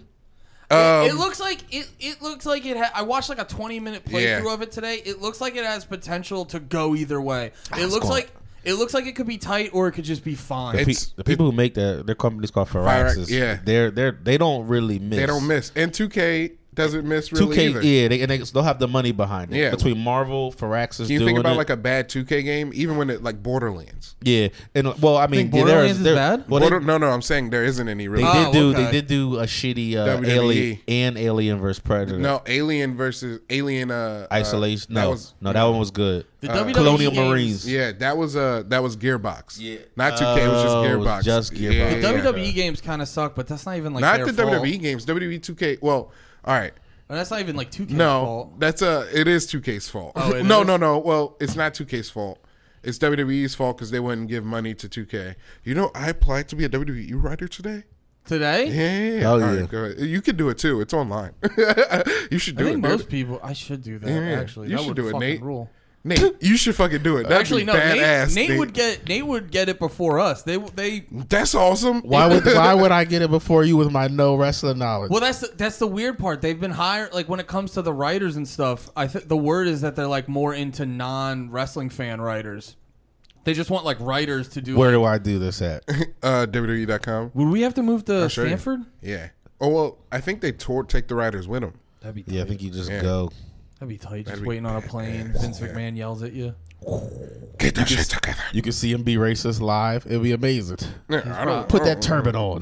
Speaker 3: it, it
Speaker 1: Um,
Speaker 3: looks like it. It looks like it. Ha- I watched like a 20 minute
Speaker 1: Yeah.
Speaker 3: playthrough of it today. It looks like it has potential to go either way. It looks
Speaker 2: going-
Speaker 3: like. It looks like it could be tight or it could just be fine.
Speaker 2: The, pe-
Speaker 1: It's-
Speaker 2: the people who make that their company's called
Speaker 1: Firax,
Speaker 2: Firaxis.
Speaker 1: yeah.
Speaker 2: they're they're they don't really miss.
Speaker 1: They don't miss. And 2K doesn't miss
Speaker 2: Two
Speaker 1: really
Speaker 2: K,
Speaker 1: either.
Speaker 2: yeah, they, and they, they'll have the money behind it.
Speaker 1: Yeah.
Speaker 2: between Marvel, Firaxis,
Speaker 1: Can you
Speaker 2: doing
Speaker 1: think about
Speaker 2: it.
Speaker 1: like a bad 2K game, even when it like Borderlands?
Speaker 2: yeah, and uh, well, I mean,
Speaker 3: Think
Speaker 2: yeah, there
Speaker 3: Borderlands
Speaker 2: is
Speaker 3: is
Speaker 2: there-
Speaker 3: bad?
Speaker 2: Well, they,
Speaker 1: Border- no, no, I'm saying there isn't any
Speaker 2: they
Speaker 1: really.
Speaker 2: did
Speaker 3: Oh,
Speaker 2: do they
Speaker 3: okay.
Speaker 2: did do a shitty uh,
Speaker 1: WWE.
Speaker 2: Alien and Alien vs
Speaker 3: Ah.
Speaker 2: Predator.
Speaker 1: E. no, Alien versus Alien. Uh, uh,
Speaker 2: Isolation.
Speaker 1: that
Speaker 2: no,
Speaker 1: was- Uh,
Speaker 2: no, that one was good.
Speaker 3: The WWE
Speaker 2: Colonial
Speaker 3: games-
Speaker 2: Marines.
Speaker 1: yeah, that was uh that was Gearbox.
Speaker 2: Yeah.
Speaker 1: not 2K. it was just
Speaker 2: Oh, it was
Speaker 1: Gearbox.
Speaker 2: just
Speaker 1: Yeah,
Speaker 2: Gearbox.
Speaker 1: yeah,
Speaker 3: The
Speaker 1: yeah.
Speaker 3: WWE E games kind of suck, but that's not even like
Speaker 1: Not
Speaker 3: their
Speaker 1: the E.
Speaker 3: fault.
Speaker 1: WWE games. WWE 2K. Well, all right.
Speaker 3: And that's not even like 2K's
Speaker 1: No,
Speaker 3: fault.
Speaker 1: that's a. It is 2K's fault.
Speaker 3: Oh, it
Speaker 1: no,
Speaker 3: is?
Speaker 1: no, no. Well, it's not 2K's fault. It's WWE's fault because they wouldn't give money to 2K. You know, I applied to be a WWE writer today.
Speaker 3: Today,
Speaker 1: Yeah, yeah, yeah.
Speaker 2: Oh,
Speaker 1: All
Speaker 2: yeah.
Speaker 1: right, go ahead. You can do it too. It's online. you should
Speaker 3: I
Speaker 1: do
Speaker 3: think
Speaker 1: it.
Speaker 3: most
Speaker 1: dude.
Speaker 3: people. I should do that.
Speaker 1: Yeah,
Speaker 3: actually,
Speaker 1: you
Speaker 3: that
Speaker 1: should
Speaker 3: would
Speaker 1: do it,
Speaker 3: fucking
Speaker 1: Nate.
Speaker 3: rule.
Speaker 1: Nate, you should fucking do it. That'd
Speaker 3: Actually,
Speaker 1: be
Speaker 3: no.
Speaker 1: badass.
Speaker 3: Nate, Nate, would get Nate would get it before us. They they.
Speaker 1: That's awesome.
Speaker 2: Why would why would I get it before you with my no wrestling knowledge?
Speaker 3: Well, that's the, that's the weird part. They've been hired. Like when it comes to the writers and stuff, I think the word is that they're like more into non wrestling fan writers. They just want like writers to do.
Speaker 2: Where do I do this at?
Speaker 1: Uh, WWE.com.
Speaker 3: would we have to move to
Speaker 1: show you.
Speaker 3: Stanford?
Speaker 1: Yeah. Oh well, I think they tore take the riders with them.
Speaker 3: That'd be tight.
Speaker 2: Yeah, I think you just
Speaker 1: Yeah.
Speaker 2: go.
Speaker 3: That'd be tight. Just
Speaker 1: That'd be
Speaker 3: waiting on a plane. Vince McMahon yells at you.
Speaker 1: Get that shit together.
Speaker 2: You can see him be racist live. It'd be amazing.
Speaker 1: Yeah, I don't
Speaker 2: Put
Speaker 1: I
Speaker 2: that
Speaker 1: don't-
Speaker 2: turban on.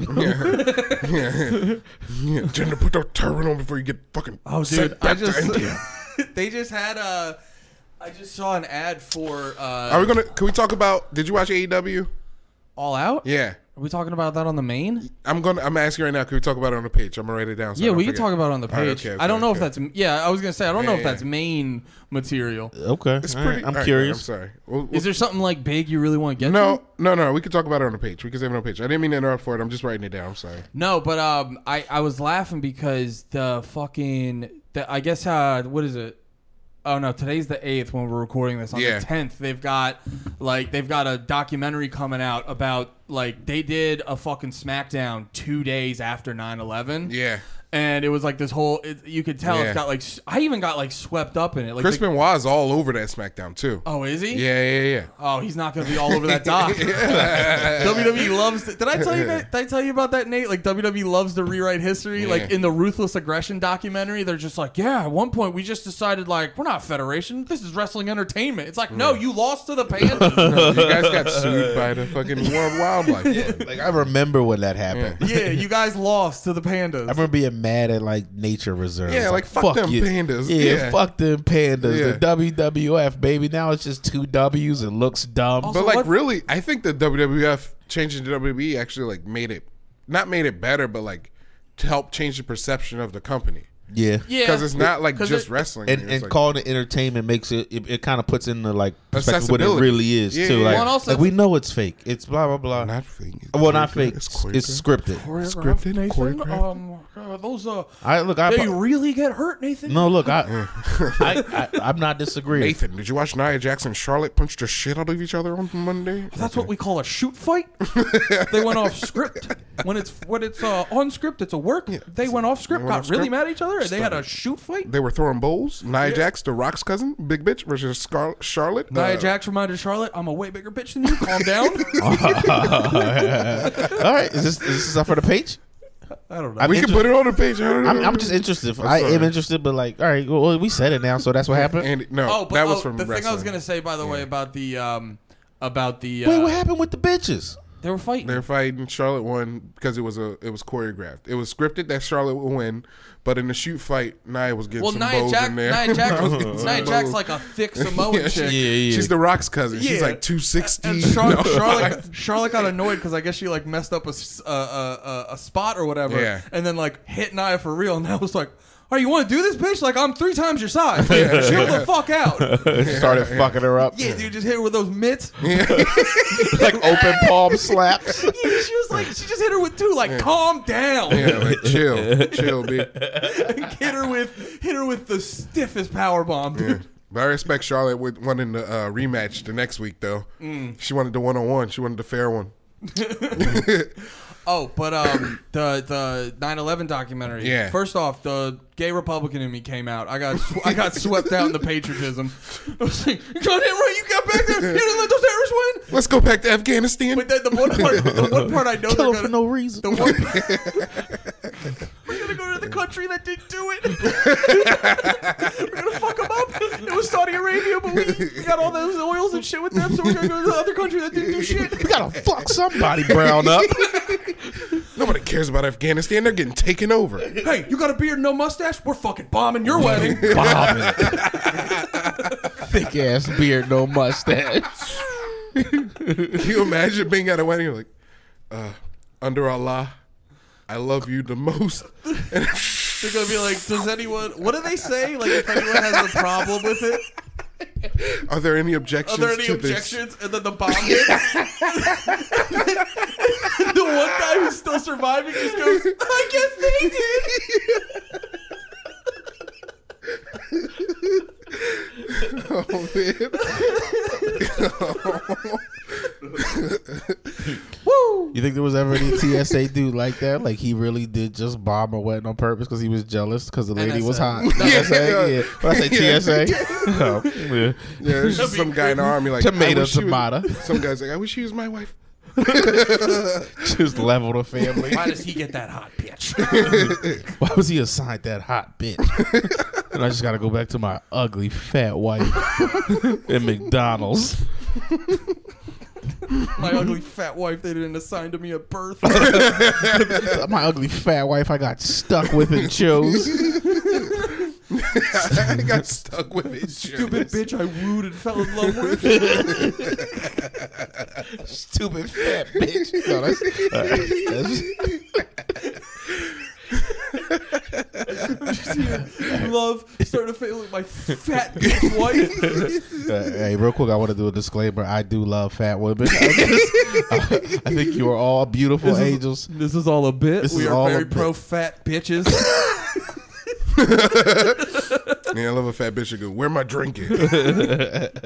Speaker 1: Yeah, Jinder, put that turban on before you get fucking.
Speaker 3: Oh,
Speaker 1: sent
Speaker 3: dude, I
Speaker 1: back to
Speaker 3: just-
Speaker 1: India.
Speaker 3: they just had a. I just saw an ad for
Speaker 1: Are
Speaker 3: uh,
Speaker 1: we gonna? Can we talk about? Did you watch AEW?
Speaker 3: All Out.
Speaker 1: Yeah.
Speaker 3: Are we talking about that on the main?
Speaker 1: I'm gonna. I'm asking right now. Can we talk about it on the page? I'm gonna write it down. So I
Speaker 3: yeah,
Speaker 1: don't
Speaker 3: we
Speaker 1: forget.
Speaker 3: can talk about it on the page.
Speaker 1: All right, okay,
Speaker 3: I don't
Speaker 1: okay,
Speaker 3: know
Speaker 1: okay.
Speaker 3: if that's yeah. I was gonna say I don't know
Speaker 1: Yeah,
Speaker 3: if
Speaker 1: yeah.
Speaker 3: that's main material.
Speaker 2: Okay,
Speaker 1: It's
Speaker 2: all right,
Speaker 1: pretty. all
Speaker 2: I'm
Speaker 1: right,
Speaker 2: curious.
Speaker 1: I'm sorry. We'll- we'll-
Speaker 3: Is there something like big you really want to get? to?
Speaker 1: no, no, no. We can talk about it on the page. We can save it on the page. I didn't mean to interrupt for it. I'm just writing it down. I'm sorry.
Speaker 3: no. But um, I I was laughing because the fucking the I guess uh what is it? Oh no, today's the eighth when we're recording this. On
Speaker 1: Yeah.
Speaker 3: the tenth, they've got like they've got a documentary coming out about like they did a fucking SmackDown two days after 9-11.
Speaker 1: Yeah.
Speaker 3: And it was like this whole. It, you could tell
Speaker 1: Yeah.
Speaker 3: it's got like s- I even got like swept up in it. Like
Speaker 1: Chris
Speaker 3: the-
Speaker 1: Benoit is all over that SmackDown too.
Speaker 3: oh, is he?
Speaker 1: Yeah, yeah, yeah.
Speaker 3: Oh, he's not going to be all over that doc. WWE loves. To, did I tell you that? Did I tell you about that, Nate? Like WWE loves to rewrite history. Like in the ruthless aggression documentary, they're just like, yeah. At one point, we just decided like we're not federation. This is wrestling entertainment. It's like, no, you lost to the Panthers.
Speaker 1: you guys got sued by the fucking World Wildlife. Fund.
Speaker 2: Like I remember when that happened.
Speaker 3: yeah, you guys lost to the
Speaker 2: I
Speaker 3: Pandas.
Speaker 2: remember being mad at like nature reserves.
Speaker 1: Yeah, like, fuck them pandas.
Speaker 2: Yeah,
Speaker 1: Yeah.
Speaker 2: fuck them pandas.
Speaker 1: Yeah.
Speaker 2: The WWF baby. Now it's just two W's. It looks dumb.
Speaker 1: But
Speaker 3: So
Speaker 1: like,
Speaker 3: what-
Speaker 1: really, I think the WWF changing to WWE actually like made it, not made it better, but like to help change the perception of the company
Speaker 2: yeah.
Speaker 3: Yeah,
Speaker 1: because it's not like
Speaker 3: 'cause
Speaker 1: just
Speaker 3: it-
Speaker 1: wrestling.
Speaker 2: And,
Speaker 1: it's
Speaker 2: and
Speaker 1: like,
Speaker 2: calling it entertainment makes it it, it kind of puts into like perspective what it
Speaker 1: Accessibility.
Speaker 2: really is
Speaker 1: Yeah,
Speaker 2: too.
Speaker 1: yeah,
Speaker 2: Like,
Speaker 1: yeah.
Speaker 3: Well, also
Speaker 2: like, we know it's fake. It's blah blah blah.
Speaker 1: not fake.
Speaker 2: well, not fake.
Speaker 1: It's
Speaker 2: It's,
Speaker 1: choreographed.
Speaker 2: scripted.
Speaker 1: Scripted, choreographed?
Speaker 3: Oh my god, those uh,
Speaker 2: I look. I
Speaker 3: they really get hurt, Nathan.
Speaker 2: no look. I, I, I I'm not disagreeing.
Speaker 1: Nathan, did you watch Nia Jackson and Charlotte punch the shit out of each other on Monday?
Speaker 3: That's what we call a shoot fight. they went off script. When it's when it's uh, on script, it's a work. They went off script,
Speaker 1: went
Speaker 3: got
Speaker 1: off
Speaker 3: really
Speaker 1: script.
Speaker 3: mad at each other, and they had a shoot fight.
Speaker 1: They were throwing bowls. Nia Jax, The Rock's cousin, big bitch, versus Scar- Charlotte.
Speaker 3: Nia
Speaker 1: Uh,
Speaker 3: Jax reminded Charlotte, "I'm a way bigger bitch than you. Calm down."
Speaker 2: All right, is this is this stuff for the page?
Speaker 3: I don't know.
Speaker 1: we can
Speaker 2: inter-
Speaker 1: put it on the page.
Speaker 2: I'm, I'm just interested. I am
Speaker 1: sorry.
Speaker 2: interested, but like, all right, well, we said it now, so that's what happened.
Speaker 1: Andy, no,
Speaker 3: oh, but
Speaker 1: that
Speaker 3: oh,
Speaker 1: was from
Speaker 3: the
Speaker 1: wrestling.
Speaker 3: thing I was gonna say, by the way, about the um, about the uh,
Speaker 2: Wait, what happened with the bitches?
Speaker 3: they were fighting.
Speaker 1: They're fighting. Charlotte won because it was a it was choreographed. It was scripted that Charlotte would win, but in the shoot fight, Nia was getting
Speaker 3: well,
Speaker 1: some
Speaker 3: Nia
Speaker 1: bows
Speaker 3: Jax,
Speaker 1: in there.
Speaker 3: Nia Jax,
Speaker 1: Was getting some
Speaker 3: Nia Jax,
Speaker 1: bows.
Speaker 3: like a thick Samoan
Speaker 1: Yeah, she-
Speaker 3: chick.
Speaker 2: yeah.
Speaker 1: She's the Rock's cousin. She's
Speaker 3: Yeah.
Speaker 1: like two sixty.
Speaker 3: And Char- Charlotte, Charlotte got annoyed because I guess she like messed up a, s- a- a- a- a spot or whatever,
Speaker 1: Yeah.
Speaker 3: and then like hit Nia for real, and I was like, "Oh, you want to do this, bitch? Like I'm three times your size. Chill the fuck out."
Speaker 2: Started fucking her up.
Speaker 3: Yeah, dude, just hit her with those mitts.
Speaker 2: like open palm slaps.
Speaker 3: Yeah, she was like, she just hit her with two. Like, calm down.
Speaker 1: yeah, like chill, chill, B.
Speaker 3: hit her with, hit her with the stiffest power bomb, dude.
Speaker 1: But I respect Charlotte with wanting the uh,
Speaker 3: Mm.
Speaker 1: rematch the next week though. She wanted the one on one. She wanted the fair one.
Speaker 3: Oh, but um, the the 9/11 documentary.
Speaker 1: Yeah.
Speaker 3: First off, the gay Republican in me came out. I got sw- I got swept out in the patriotism. I was like, "You got it right. You got back there. You didn't let those terrorists win."
Speaker 1: Let's go back to Afghanistan.
Speaker 3: But then the one part, the one part I
Speaker 2: Kill
Speaker 3: know they're
Speaker 2: him for
Speaker 3: gonna,
Speaker 2: no reason.
Speaker 3: the one. We're gonna go to the country that didn't do it. we're gonna fuck them up. It was Saudi Arabia, but we, we got all those oils and shit with them, so we're gonna go to the other country that didn't do shit.
Speaker 2: We gotta fuck somebody brown up.
Speaker 1: Nobody cares about Afghanistan. They're getting taken over.
Speaker 3: Hey, you got a beard and no mustache? We're fucking bombing your wedding.
Speaker 2: Bombing. Thick ass beard, no mustache.
Speaker 1: Can you imagine being at a wedding you're like, uh, under Allah, I love you the most. And
Speaker 3: They're gonna be like, does anyone? What do they say? Like, if anyone has a problem with it,
Speaker 1: are there any objections?
Speaker 3: are there any
Speaker 1: to this?
Speaker 3: objections? And then the bomb hits. the one guy who's still surviving just goes, I guess they did.
Speaker 1: Oh, man.
Speaker 3: Woo!
Speaker 2: You think there was ever any TSA dude like that? Like he really did just bomb a wedding on purpose because he was jealous because the lady was
Speaker 3: NSA.
Speaker 2: hot.
Speaker 3: No.
Speaker 2: NSA, yeah. When I
Speaker 1: Yeah.
Speaker 2: say TSA, no. Oh, yeah.
Speaker 1: Yeah, there's
Speaker 3: That'd
Speaker 1: just
Speaker 3: be
Speaker 1: some guy in the army like
Speaker 2: Tomato,
Speaker 1: I wish she was-
Speaker 2: tomato.
Speaker 1: Some guy's like, I wish she was my wife.
Speaker 2: just level the family.
Speaker 3: Why does he get that hot bitch?
Speaker 2: Why was he assigned that hot bitch? and I just gotta go back to my ugly fat wife at McDonald's.
Speaker 3: My ugly fat wife they didn't assign to me at birth.
Speaker 2: My ugly fat wife I got stuck with and chose.
Speaker 1: I got stuck with it.
Speaker 3: Stupid
Speaker 1: Jonas.
Speaker 3: bitch I wooed and fell in love with.
Speaker 2: Stupid fat bitch. No, that's, that's-
Speaker 3: Love started to fail with my fat bitch wife.
Speaker 2: uh, hey, real quick, I want to do a disclaimer. I do love fat women. I, just- I think you are all beautiful
Speaker 3: This is-
Speaker 2: angels.
Speaker 3: This is all a bit.
Speaker 2: This
Speaker 3: we
Speaker 2: is
Speaker 3: are
Speaker 2: all a
Speaker 3: very
Speaker 2: bit.
Speaker 3: pro fat bitches.
Speaker 1: Yeah, I love a fat bitch. who go, where my drink at?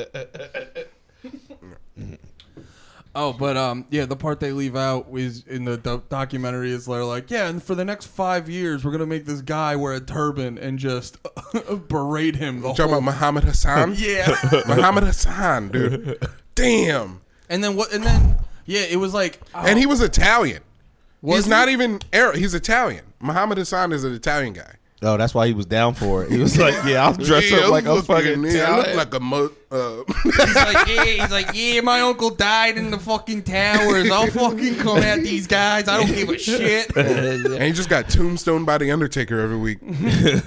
Speaker 3: oh, but um, yeah, the part they leave out is in the do- documentary is they're like, yeah, and for the next five years, we're gonna make this guy wear a turban and just berate him the
Speaker 1: Talking
Speaker 3: whole.
Speaker 1: about Muhammad Hassan.
Speaker 3: yeah.
Speaker 1: Muhammad Hassan, dude. Damn.
Speaker 3: And then what? And then yeah, it was like, oh,
Speaker 1: And he was Italian.
Speaker 3: Was
Speaker 1: he's
Speaker 3: he?
Speaker 1: not even Arab. He's Italian. Muhammad Hassan is an Italian guy.
Speaker 2: Oh, that's why he was down for it. He was like, "Yeah, I'll dress
Speaker 1: Yeah,
Speaker 2: up like a
Speaker 1: look at
Speaker 2: fucking."
Speaker 1: me. I look
Speaker 2: Italian.
Speaker 1: like a mo- uh,
Speaker 3: he's like, yeah, he's like, yeah, my uncle died in the fucking towers. I'll fucking come at these guys. I don't give a shit.
Speaker 1: and he just got tombstone by the Undertaker every week.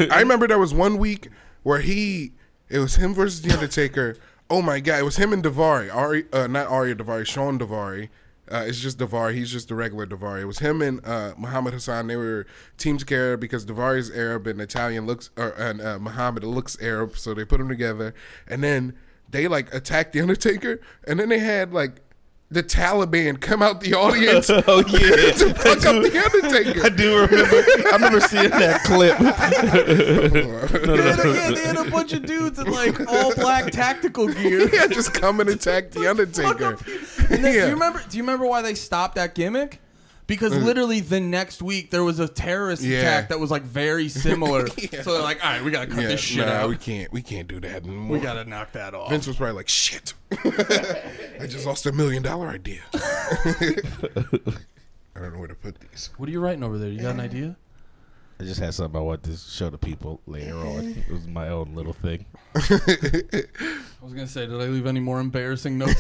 Speaker 1: I remember there was one week where he, it was him versus the Undertaker. Oh my god, it was him and Davari. Ari, uh, not Arya Davari, Sean Davari. Uh, it's just Davari. He's just the regular Davari. It was him and uh, Muhammad Hassan. They were teams together because Davari's Arab and Italian looks, or, and uh, Muhammad looks Arab, so they put them together. And then they like attacked the Undertaker, and then they had like. The Taliban come out the audience
Speaker 2: Oh yeah,
Speaker 1: to fuck up the Undertaker.
Speaker 2: I do remember. I remember seeing that clip.
Speaker 3: They had, a, yeah, they had a bunch of dudes in like all black tactical gear.
Speaker 1: yeah, just come and attack the
Speaker 3: Fuck
Speaker 1: Undertaker.
Speaker 3: up. And then,
Speaker 1: yeah. Mm.
Speaker 3: do you remember? Do you remember why they stopped that gimmick? Because literally the next week there was a terrorist
Speaker 1: Yeah.
Speaker 3: attack that was like very similar.
Speaker 1: Yeah.
Speaker 3: So they're like, all right, we gotta cut
Speaker 1: Yeah,
Speaker 3: this shit
Speaker 1: nah,
Speaker 3: out.
Speaker 1: we
Speaker 3: We,
Speaker 1: can't. We can't do that anymore.
Speaker 3: gotta knock that off.
Speaker 1: Vince was probably like, "Shit, I just lost a million dollar idea." I don't know where to put these.
Speaker 3: What are you writing over there? You got an idea?
Speaker 2: I just had something I wanted to show the people later on. It was my own little thing.
Speaker 3: I was gonna say, did I leave any more embarrassing notes?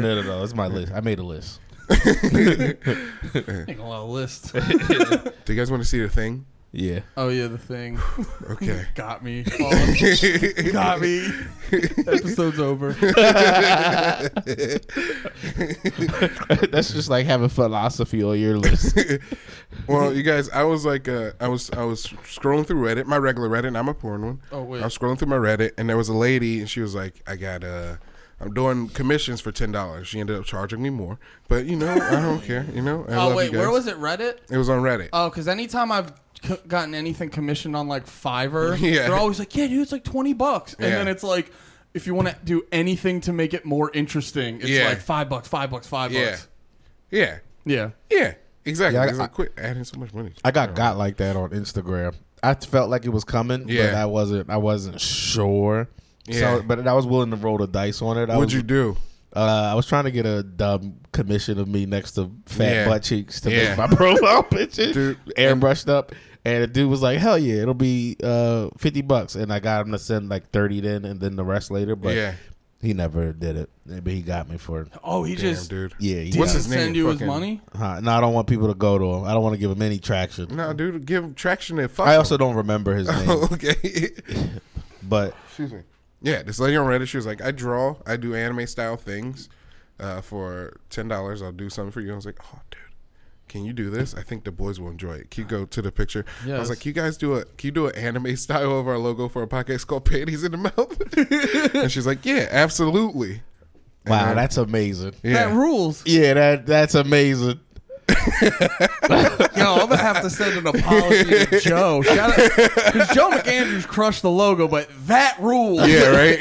Speaker 2: No, no, no. It's my list. I made a list.
Speaker 3: Making a lot of lists.
Speaker 1: Do you guys want to see the thing?
Speaker 2: Yeah.
Speaker 3: Oh yeah, the thing
Speaker 1: Okay.
Speaker 3: got me. Oh, got me. Episode's over.
Speaker 2: That's just like having philosophy on your list.
Speaker 1: well,
Speaker 3: Mm-hmm.
Speaker 1: you guys, I was like, uh, I was, I was scrolling through Reddit, my regular Reddit, not my porn one.
Speaker 3: Oh, wait.
Speaker 1: I was scrolling through my Reddit, and there was a lady, and she was like, "I got, uh, I'm doing commissions for ten dollars." She ended up charging me more, but you know, I don't care. You know, I
Speaker 3: Oh
Speaker 1: love
Speaker 3: wait,
Speaker 1: you guys.
Speaker 3: where was it? Reddit.
Speaker 1: It was on Reddit.
Speaker 3: Oh, because anytime I've c- gotten anything commissioned on like Fiverr,
Speaker 1: Yeah.
Speaker 3: they're always like, "Yeah, dude, it's like twenty bucks," and
Speaker 1: Yeah.
Speaker 3: then it's like, if you want to do anything to make it more interesting, it's
Speaker 1: Yeah.
Speaker 3: like five bucks, five bucks, five
Speaker 1: yeah,
Speaker 3: bucks.
Speaker 1: yeah,
Speaker 3: Yeah.
Speaker 1: yeah. Exactly.
Speaker 2: Yeah, I-
Speaker 1: it's like, quit adding so much money.
Speaker 2: I got got like that on Instagram. I felt like it was coming, but
Speaker 1: Yeah.
Speaker 2: I wasn't. I wasn't sure.
Speaker 1: Yeah.
Speaker 2: So, but I was willing to roll the dice on it. I
Speaker 1: What'd
Speaker 2: was,
Speaker 1: you do?
Speaker 2: Uh, I was trying to get a dumb commission of me next to fat
Speaker 1: Yeah.
Speaker 2: butt cheeks to
Speaker 1: Yeah.
Speaker 2: make my profile picture,
Speaker 1: Dude.
Speaker 2: airbrushed up. And the dude was like, "Hell yeah, it'll be uh, fifty bucks." And I got him to send like thirty then, and then the rest later. But
Speaker 1: yeah.
Speaker 2: he never did it. But he got me for it.
Speaker 3: Oh, he
Speaker 1: Damn,
Speaker 3: just
Speaker 1: dude.
Speaker 2: yeah. He
Speaker 3: didn't
Speaker 2: got
Speaker 1: What's his
Speaker 3: send
Speaker 1: name?
Speaker 3: you his
Speaker 1: Fucking-
Speaker 3: money.
Speaker 2: Huh. No, I don't want people to go to him. I don't want to give him any traction.
Speaker 1: No, dude, give him traction and fuck
Speaker 2: I
Speaker 1: him.
Speaker 2: also don't remember his name,
Speaker 1: okay.
Speaker 2: but
Speaker 1: Excuse me. Yeah, this lady on Reddit, she was like, I draw, I do anime style things. Uh, for ten dollars, I'll do something for you. I was like, oh, dude, can you do this? I think the boys will enjoy it. Can you go to the picture? I
Speaker 3: Yes.
Speaker 1: was like, can you guys do a can you do an anime style of our logo for a podcast called Panties in the Mouth? and she's like, yeah, absolutely. And
Speaker 2: wow,
Speaker 1: then-
Speaker 2: that's amazing.
Speaker 1: yeah.
Speaker 3: That rules.
Speaker 2: Yeah, that that's amazing.
Speaker 3: Yo, I'm gonna have to send an apology to Joe. Shout out, because Joe McAndrews crushed the logo, but that rules.
Speaker 1: yeah, right.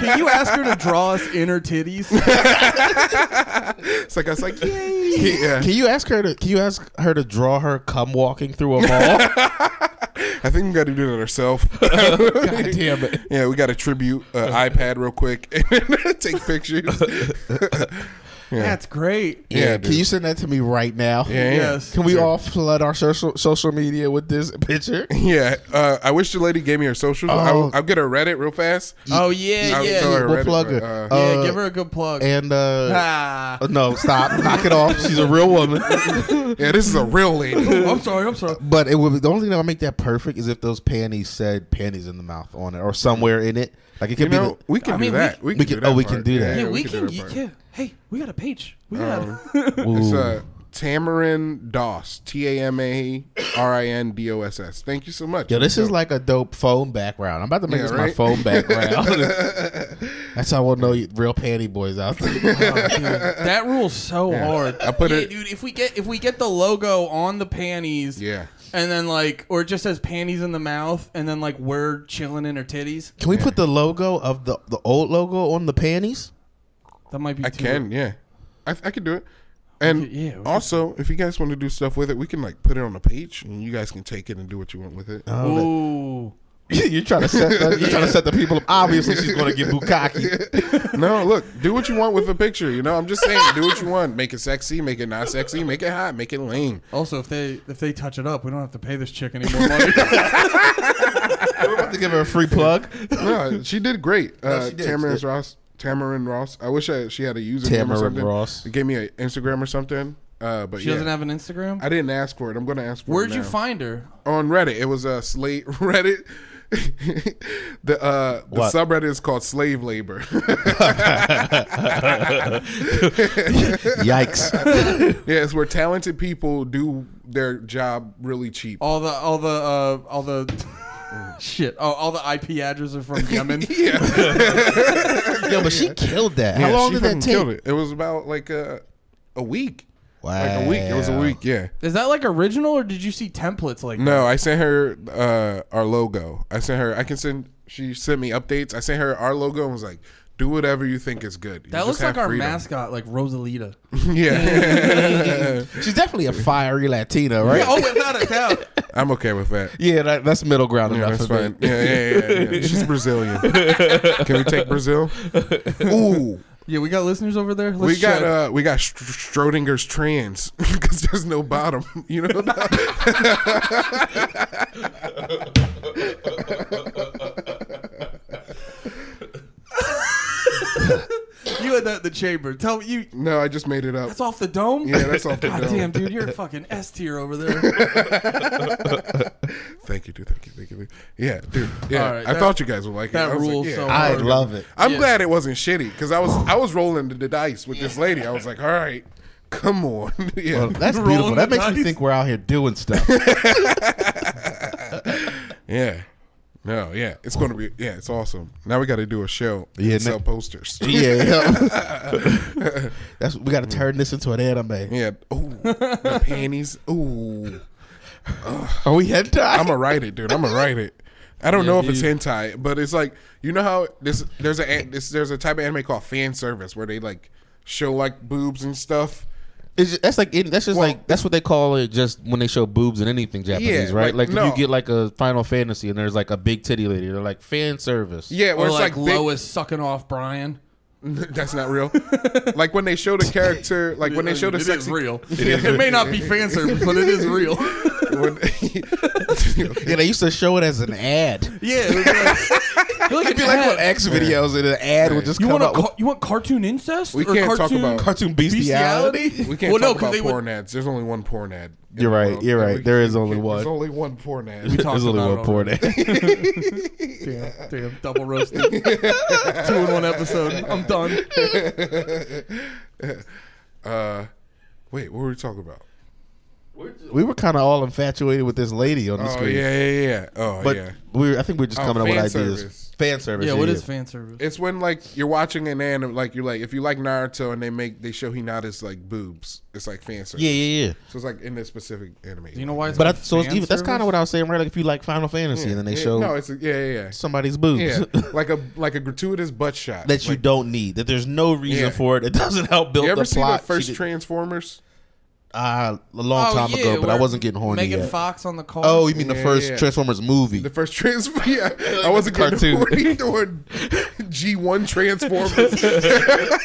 Speaker 3: Can you ask her to draw us inner titties?
Speaker 1: it's like I was like, yay. Yeah,
Speaker 2: Can you ask her to Can you ask her to draw her come walking through a mall?
Speaker 1: I think we got to do that ourselves.
Speaker 2: God damn it.
Speaker 1: Yeah, we got to tribute uh, iPad real quick and take pictures.
Speaker 3: That's great.
Speaker 1: Yeah,
Speaker 2: can
Speaker 1: dude.
Speaker 2: you send that to me right now?
Speaker 1: Yeah.
Speaker 3: Yes.
Speaker 2: Can we all flood our social social media with this picture?
Speaker 1: Yeah, uh, I wish the lady gave me her socials.
Speaker 2: Oh.
Speaker 1: I'll, I'll get her Reddit real fast.
Speaker 3: Oh yeah,
Speaker 1: I'll
Speaker 3: yeah.
Speaker 1: tell
Speaker 3: yeah.
Speaker 1: her
Speaker 2: We'll
Speaker 1: Reddit,
Speaker 2: plug
Speaker 1: but,
Speaker 2: her.
Speaker 1: uh,
Speaker 2: Uh,
Speaker 3: give her a good plug.
Speaker 2: And uh
Speaker 3: ah.
Speaker 2: no, stop, knock it off. She's a real woman. Uh,
Speaker 1: yeah, this is a real lady.
Speaker 3: I'm sorry. I'm sorry.
Speaker 2: But it would be, the only thing that would make that perfect is if those panties said panties in the mouth on it or somewhere in it. Like it
Speaker 1: You
Speaker 2: could be
Speaker 1: know,
Speaker 2: the,
Speaker 1: we can
Speaker 3: I
Speaker 1: do
Speaker 3: mean,
Speaker 1: that.
Speaker 3: we-
Speaker 1: We,
Speaker 2: we
Speaker 1: can do
Speaker 2: can-
Speaker 1: that
Speaker 2: oh, we
Speaker 1: part.
Speaker 2: can do that.
Speaker 3: Yeah,
Speaker 2: Yeah,
Speaker 3: we, can.
Speaker 1: do that part.
Speaker 3: yeah. Hey, we got a page. We got.
Speaker 1: Um,
Speaker 2: Ooh.
Speaker 1: It's uh, Tamarin Doss. T A M A R I N D O S S. Thank you so much.
Speaker 2: Yo, this is like a dope phone background. I'm about to make
Speaker 1: Yeah,
Speaker 2: this my
Speaker 1: right?
Speaker 2: phone background. That's how we'll know you, real panty boys out there.
Speaker 3: Oh, dude, that rules so hard.
Speaker 1: I put
Speaker 3: yeah,
Speaker 1: it-
Speaker 3: dude. If we get if we get the logo on the panties,
Speaker 1: Yeah.
Speaker 3: and then like, or it just says panties in the mouth, and then like we're chilling in her titties.
Speaker 2: Can we put the logo of the the old logo on the panties?
Speaker 3: That might be.
Speaker 1: I
Speaker 3: too
Speaker 1: can, yeah. I, I can do it. And
Speaker 3: could- yeah, we could-
Speaker 1: also, if you guys want to do stuff with it, we can like put it on a page, and you guys can take it and do what you want with
Speaker 2: Oh,
Speaker 1: it.
Speaker 3: Ooh.
Speaker 2: you're trying to set the, you're trying to set the people up. Obviously, she's going to get bukkake.
Speaker 1: No, look, do what you want with a picture. You know, I'm just saying, do what you want. Make it sexy, make it not sexy, make it hot, make it lame.
Speaker 3: Also, if they if they touch it up, we don't have to pay this chick any more money.
Speaker 2: We're about to give her a free plug.
Speaker 1: No, she did great. Uh,
Speaker 2: she did.
Speaker 1: Tamarind Ross. Tamarind Ross. I wish I, she had a username or
Speaker 2: Tamarind
Speaker 1: something.
Speaker 2: Ross.
Speaker 1: It gave me an Instagram or something. Uh, but
Speaker 3: she
Speaker 1: yeah,
Speaker 3: doesn't have an Instagram.
Speaker 1: I didn't ask for it. I'm gonna ask for
Speaker 3: Where'd
Speaker 1: it.
Speaker 3: you
Speaker 1: now.
Speaker 3: find her?
Speaker 1: on Reddit? It was uh, slate Reddit. the uh, the
Speaker 2: What?
Speaker 1: subreddit is called slave labor.
Speaker 2: Yikes!
Speaker 1: yeah, it's where talented people do their job really cheap.
Speaker 3: All the all the uh, all the shit. Oh, all the IP addresses are from Yemen.
Speaker 1: Yeah,
Speaker 2: Yo, but she killed that. How
Speaker 1: Yeah,
Speaker 2: long
Speaker 1: she
Speaker 2: did that
Speaker 1: fucking killed
Speaker 2: take?
Speaker 1: It. it was about like a a week. Like a week. It was a
Speaker 2: Wow.
Speaker 1: week. Yeah.
Speaker 3: Is that like original, or did you see templates like?
Speaker 1: No, I sent her uh, our logo. I sent her. I can send. She sent me updates. I sent her our logo and was like, "Do whatever you think is good." You
Speaker 3: That
Speaker 1: just
Speaker 3: looks like
Speaker 1: have
Speaker 3: our
Speaker 1: freedom."
Speaker 3: mascot, like Rosalita.
Speaker 1: yeah,
Speaker 2: She's definitely a fiery Latina, right?
Speaker 3: oh, without a doubt.
Speaker 1: I'm okay with that.
Speaker 2: Yeah, that, that's middle ground
Speaker 1: Yeah,
Speaker 2: enough
Speaker 1: that's
Speaker 2: for me.
Speaker 1: fine. Yeah, yeah, yeah, yeah, yeah. She's Brazilian. Can we take Brazil? Ooh,
Speaker 3: Yeah, we got listeners over there. Let's
Speaker 1: we got
Speaker 3: check.
Speaker 1: uh, we got Str- Schrodinger's trans because there's no bottom. You know. uh,
Speaker 3: you had that the chamber. Tell me, you
Speaker 1: no, I just made it up.
Speaker 3: that's off the dome.
Speaker 1: Yeah, that's off the
Speaker 3: God
Speaker 1: dome.
Speaker 3: damn, dude, you're a fucking S tier over there.
Speaker 1: Thank you, dude. Thank you, thank you. Thank you. Yeah, dude. Yeah,
Speaker 3: All right,
Speaker 1: I
Speaker 3: that-
Speaker 1: thought you guys would like it.
Speaker 3: that
Speaker 1: I was like,
Speaker 3: rules so
Speaker 1: yeah.
Speaker 2: I love it.
Speaker 1: I'm
Speaker 3: Yeah.
Speaker 1: glad it wasn't shitty because I was I was rolling the dice with this lady. I was like, all right, come on, yeah,
Speaker 2: Well, that's
Speaker 3: Rolling
Speaker 2: beautiful. That
Speaker 3: the
Speaker 2: makes me
Speaker 3: dice.
Speaker 2: think we're out here doing stuff.
Speaker 1: yeah, no, yeah, it's gonna be yeah, it's awesome. Now we got to do a show.
Speaker 2: Yeah,
Speaker 1: and sell
Speaker 2: ne-
Speaker 1: posters.
Speaker 2: yeah, yeah. that's we got to turn this into an anime.
Speaker 1: Yeah, ooh, the panties. Ooh,
Speaker 2: Are we hentai?
Speaker 1: I'm gonna write it, dude. I'm gonna write it. I don't know if it's
Speaker 3: dude.
Speaker 1: hentai, but it's like you know how this there's a an- this, there's a type of anime called fan service where they like show like boobs and stuff.
Speaker 2: It's just, that's like in, that's just
Speaker 1: Well,
Speaker 2: like that's what they call it. Just when they show boobs in anything Japanese,
Speaker 1: Yeah,
Speaker 2: right?
Speaker 1: like,
Speaker 2: Like, if
Speaker 1: no.
Speaker 2: you get like a Final Fantasy and there's like a big titty lady, they're like fan service.
Speaker 1: Yeah, where
Speaker 3: Or
Speaker 1: it's
Speaker 3: like,
Speaker 1: like, big-
Speaker 3: Lois sucking off Brian.
Speaker 1: that's not real. like when they show the character, like when they show the
Speaker 3: It is
Speaker 1: sexy
Speaker 3: real. It may not be fan service, but it is real.
Speaker 1: when-
Speaker 2: yeah. They used to show it as an ad.
Speaker 3: Yeah, it was like, Look at
Speaker 2: It'd be
Speaker 3: your
Speaker 2: like
Speaker 3: head.
Speaker 2: on X videos, and an ad would just
Speaker 3: you
Speaker 2: come
Speaker 3: want
Speaker 2: up.
Speaker 3: a
Speaker 2: With
Speaker 3: ca- you want cartoon incest?
Speaker 1: We
Speaker 3: Or
Speaker 1: can't talk
Speaker 3: cartoon-
Speaker 1: about-
Speaker 2: cartoon bestiality.
Speaker 3: bestiality.
Speaker 1: we can't
Speaker 3: well, no,
Speaker 1: talk
Speaker 3: 'cause
Speaker 1: about
Speaker 3: they would-
Speaker 1: porn ads. There's only one porn ad. in
Speaker 2: You're
Speaker 1: the
Speaker 2: right,
Speaker 1: world.
Speaker 2: you're
Speaker 1: And
Speaker 2: right.
Speaker 1: we
Speaker 2: There
Speaker 1: can't-
Speaker 2: is only
Speaker 1: There's
Speaker 2: one.
Speaker 1: only one porn ad.
Speaker 3: We talked
Speaker 2: There's only
Speaker 3: about
Speaker 2: one
Speaker 3: it
Speaker 2: porn ad.
Speaker 3: Damn, damn, double roasted. Two in one episode. I'm done.
Speaker 1: Uh, wait, what were we talking about?
Speaker 2: we were kind of all infatuated with this lady on the
Speaker 1: Oh
Speaker 2: screen.
Speaker 1: yeah, yeah, yeah. Oh
Speaker 2: But
Speaker 1: yeah.
Speaker 2: we were, I think we are just
Speaker 1: Oh,
Speaker 2: coming up with
Speaker 1: fan
Speaker 2: ideas.
Speaker 1: service.
Speaker 2: Fan service.
Speaker 3: Yeah, what is fan service?
Speaker 1: It's when like you're watching an anime, like you're like if you like Naruto and they make they show Hinata's like boobs, it's like fan service.
Speaker 2: Yeah, yeah, yeah.
Speaker 1: So it's like in this specific anime.
Speaker 3: Do you know why? It's
Speaker 2: But I,
Speaker 3: called
Speaker 2: so it's
Speaker 3: fan
Speaker 2: even, that's kind
Speaker 3: service?
Speaker 2: of what I was saying, right? Like if you like Final Fantasy and then they
Speaker 1: yeah,
Speaker 2: show
Speaker 1: No, it's a, yeah, yeah,
Speaker 2: somebody's boobs
Speaker 1: yeah. yeah. like a like a gratuitous butt shot
Speaker 2: that you
Speaker 1: Like,
Speaker 2: don't need, that there's no reason
Speaker 1: Yeah.
Speaker 2: for it, it doesn't help build
Speaker 1: You ever
Speaker 2: the
Speaker 1: seen
Speaker 2: plot.
Speaker 1: the first Oh,
Speaker 2: She did-
Speaker 1: Transformers?
Speaker 2: uh, a long time ago, but I
Speaker 3: Oh, where
Speaker 2: wasn't getting horny
Speaker 3: Megan
Speaker 2: yet.
Speaker 3: Fox on the car.
Speaker 2: oh, you mean the
Speaker 1: Yeah,
Speaker 2: first
Speaker 1: yeah.
Speaker 2: Transformers movie?
Speaker 1: The first Transformers. Yeah, I wasn't getting
Speaker 2: Cartoon.
Speaker 1: horny doing G one Transformers.
Speaker 3: what, the-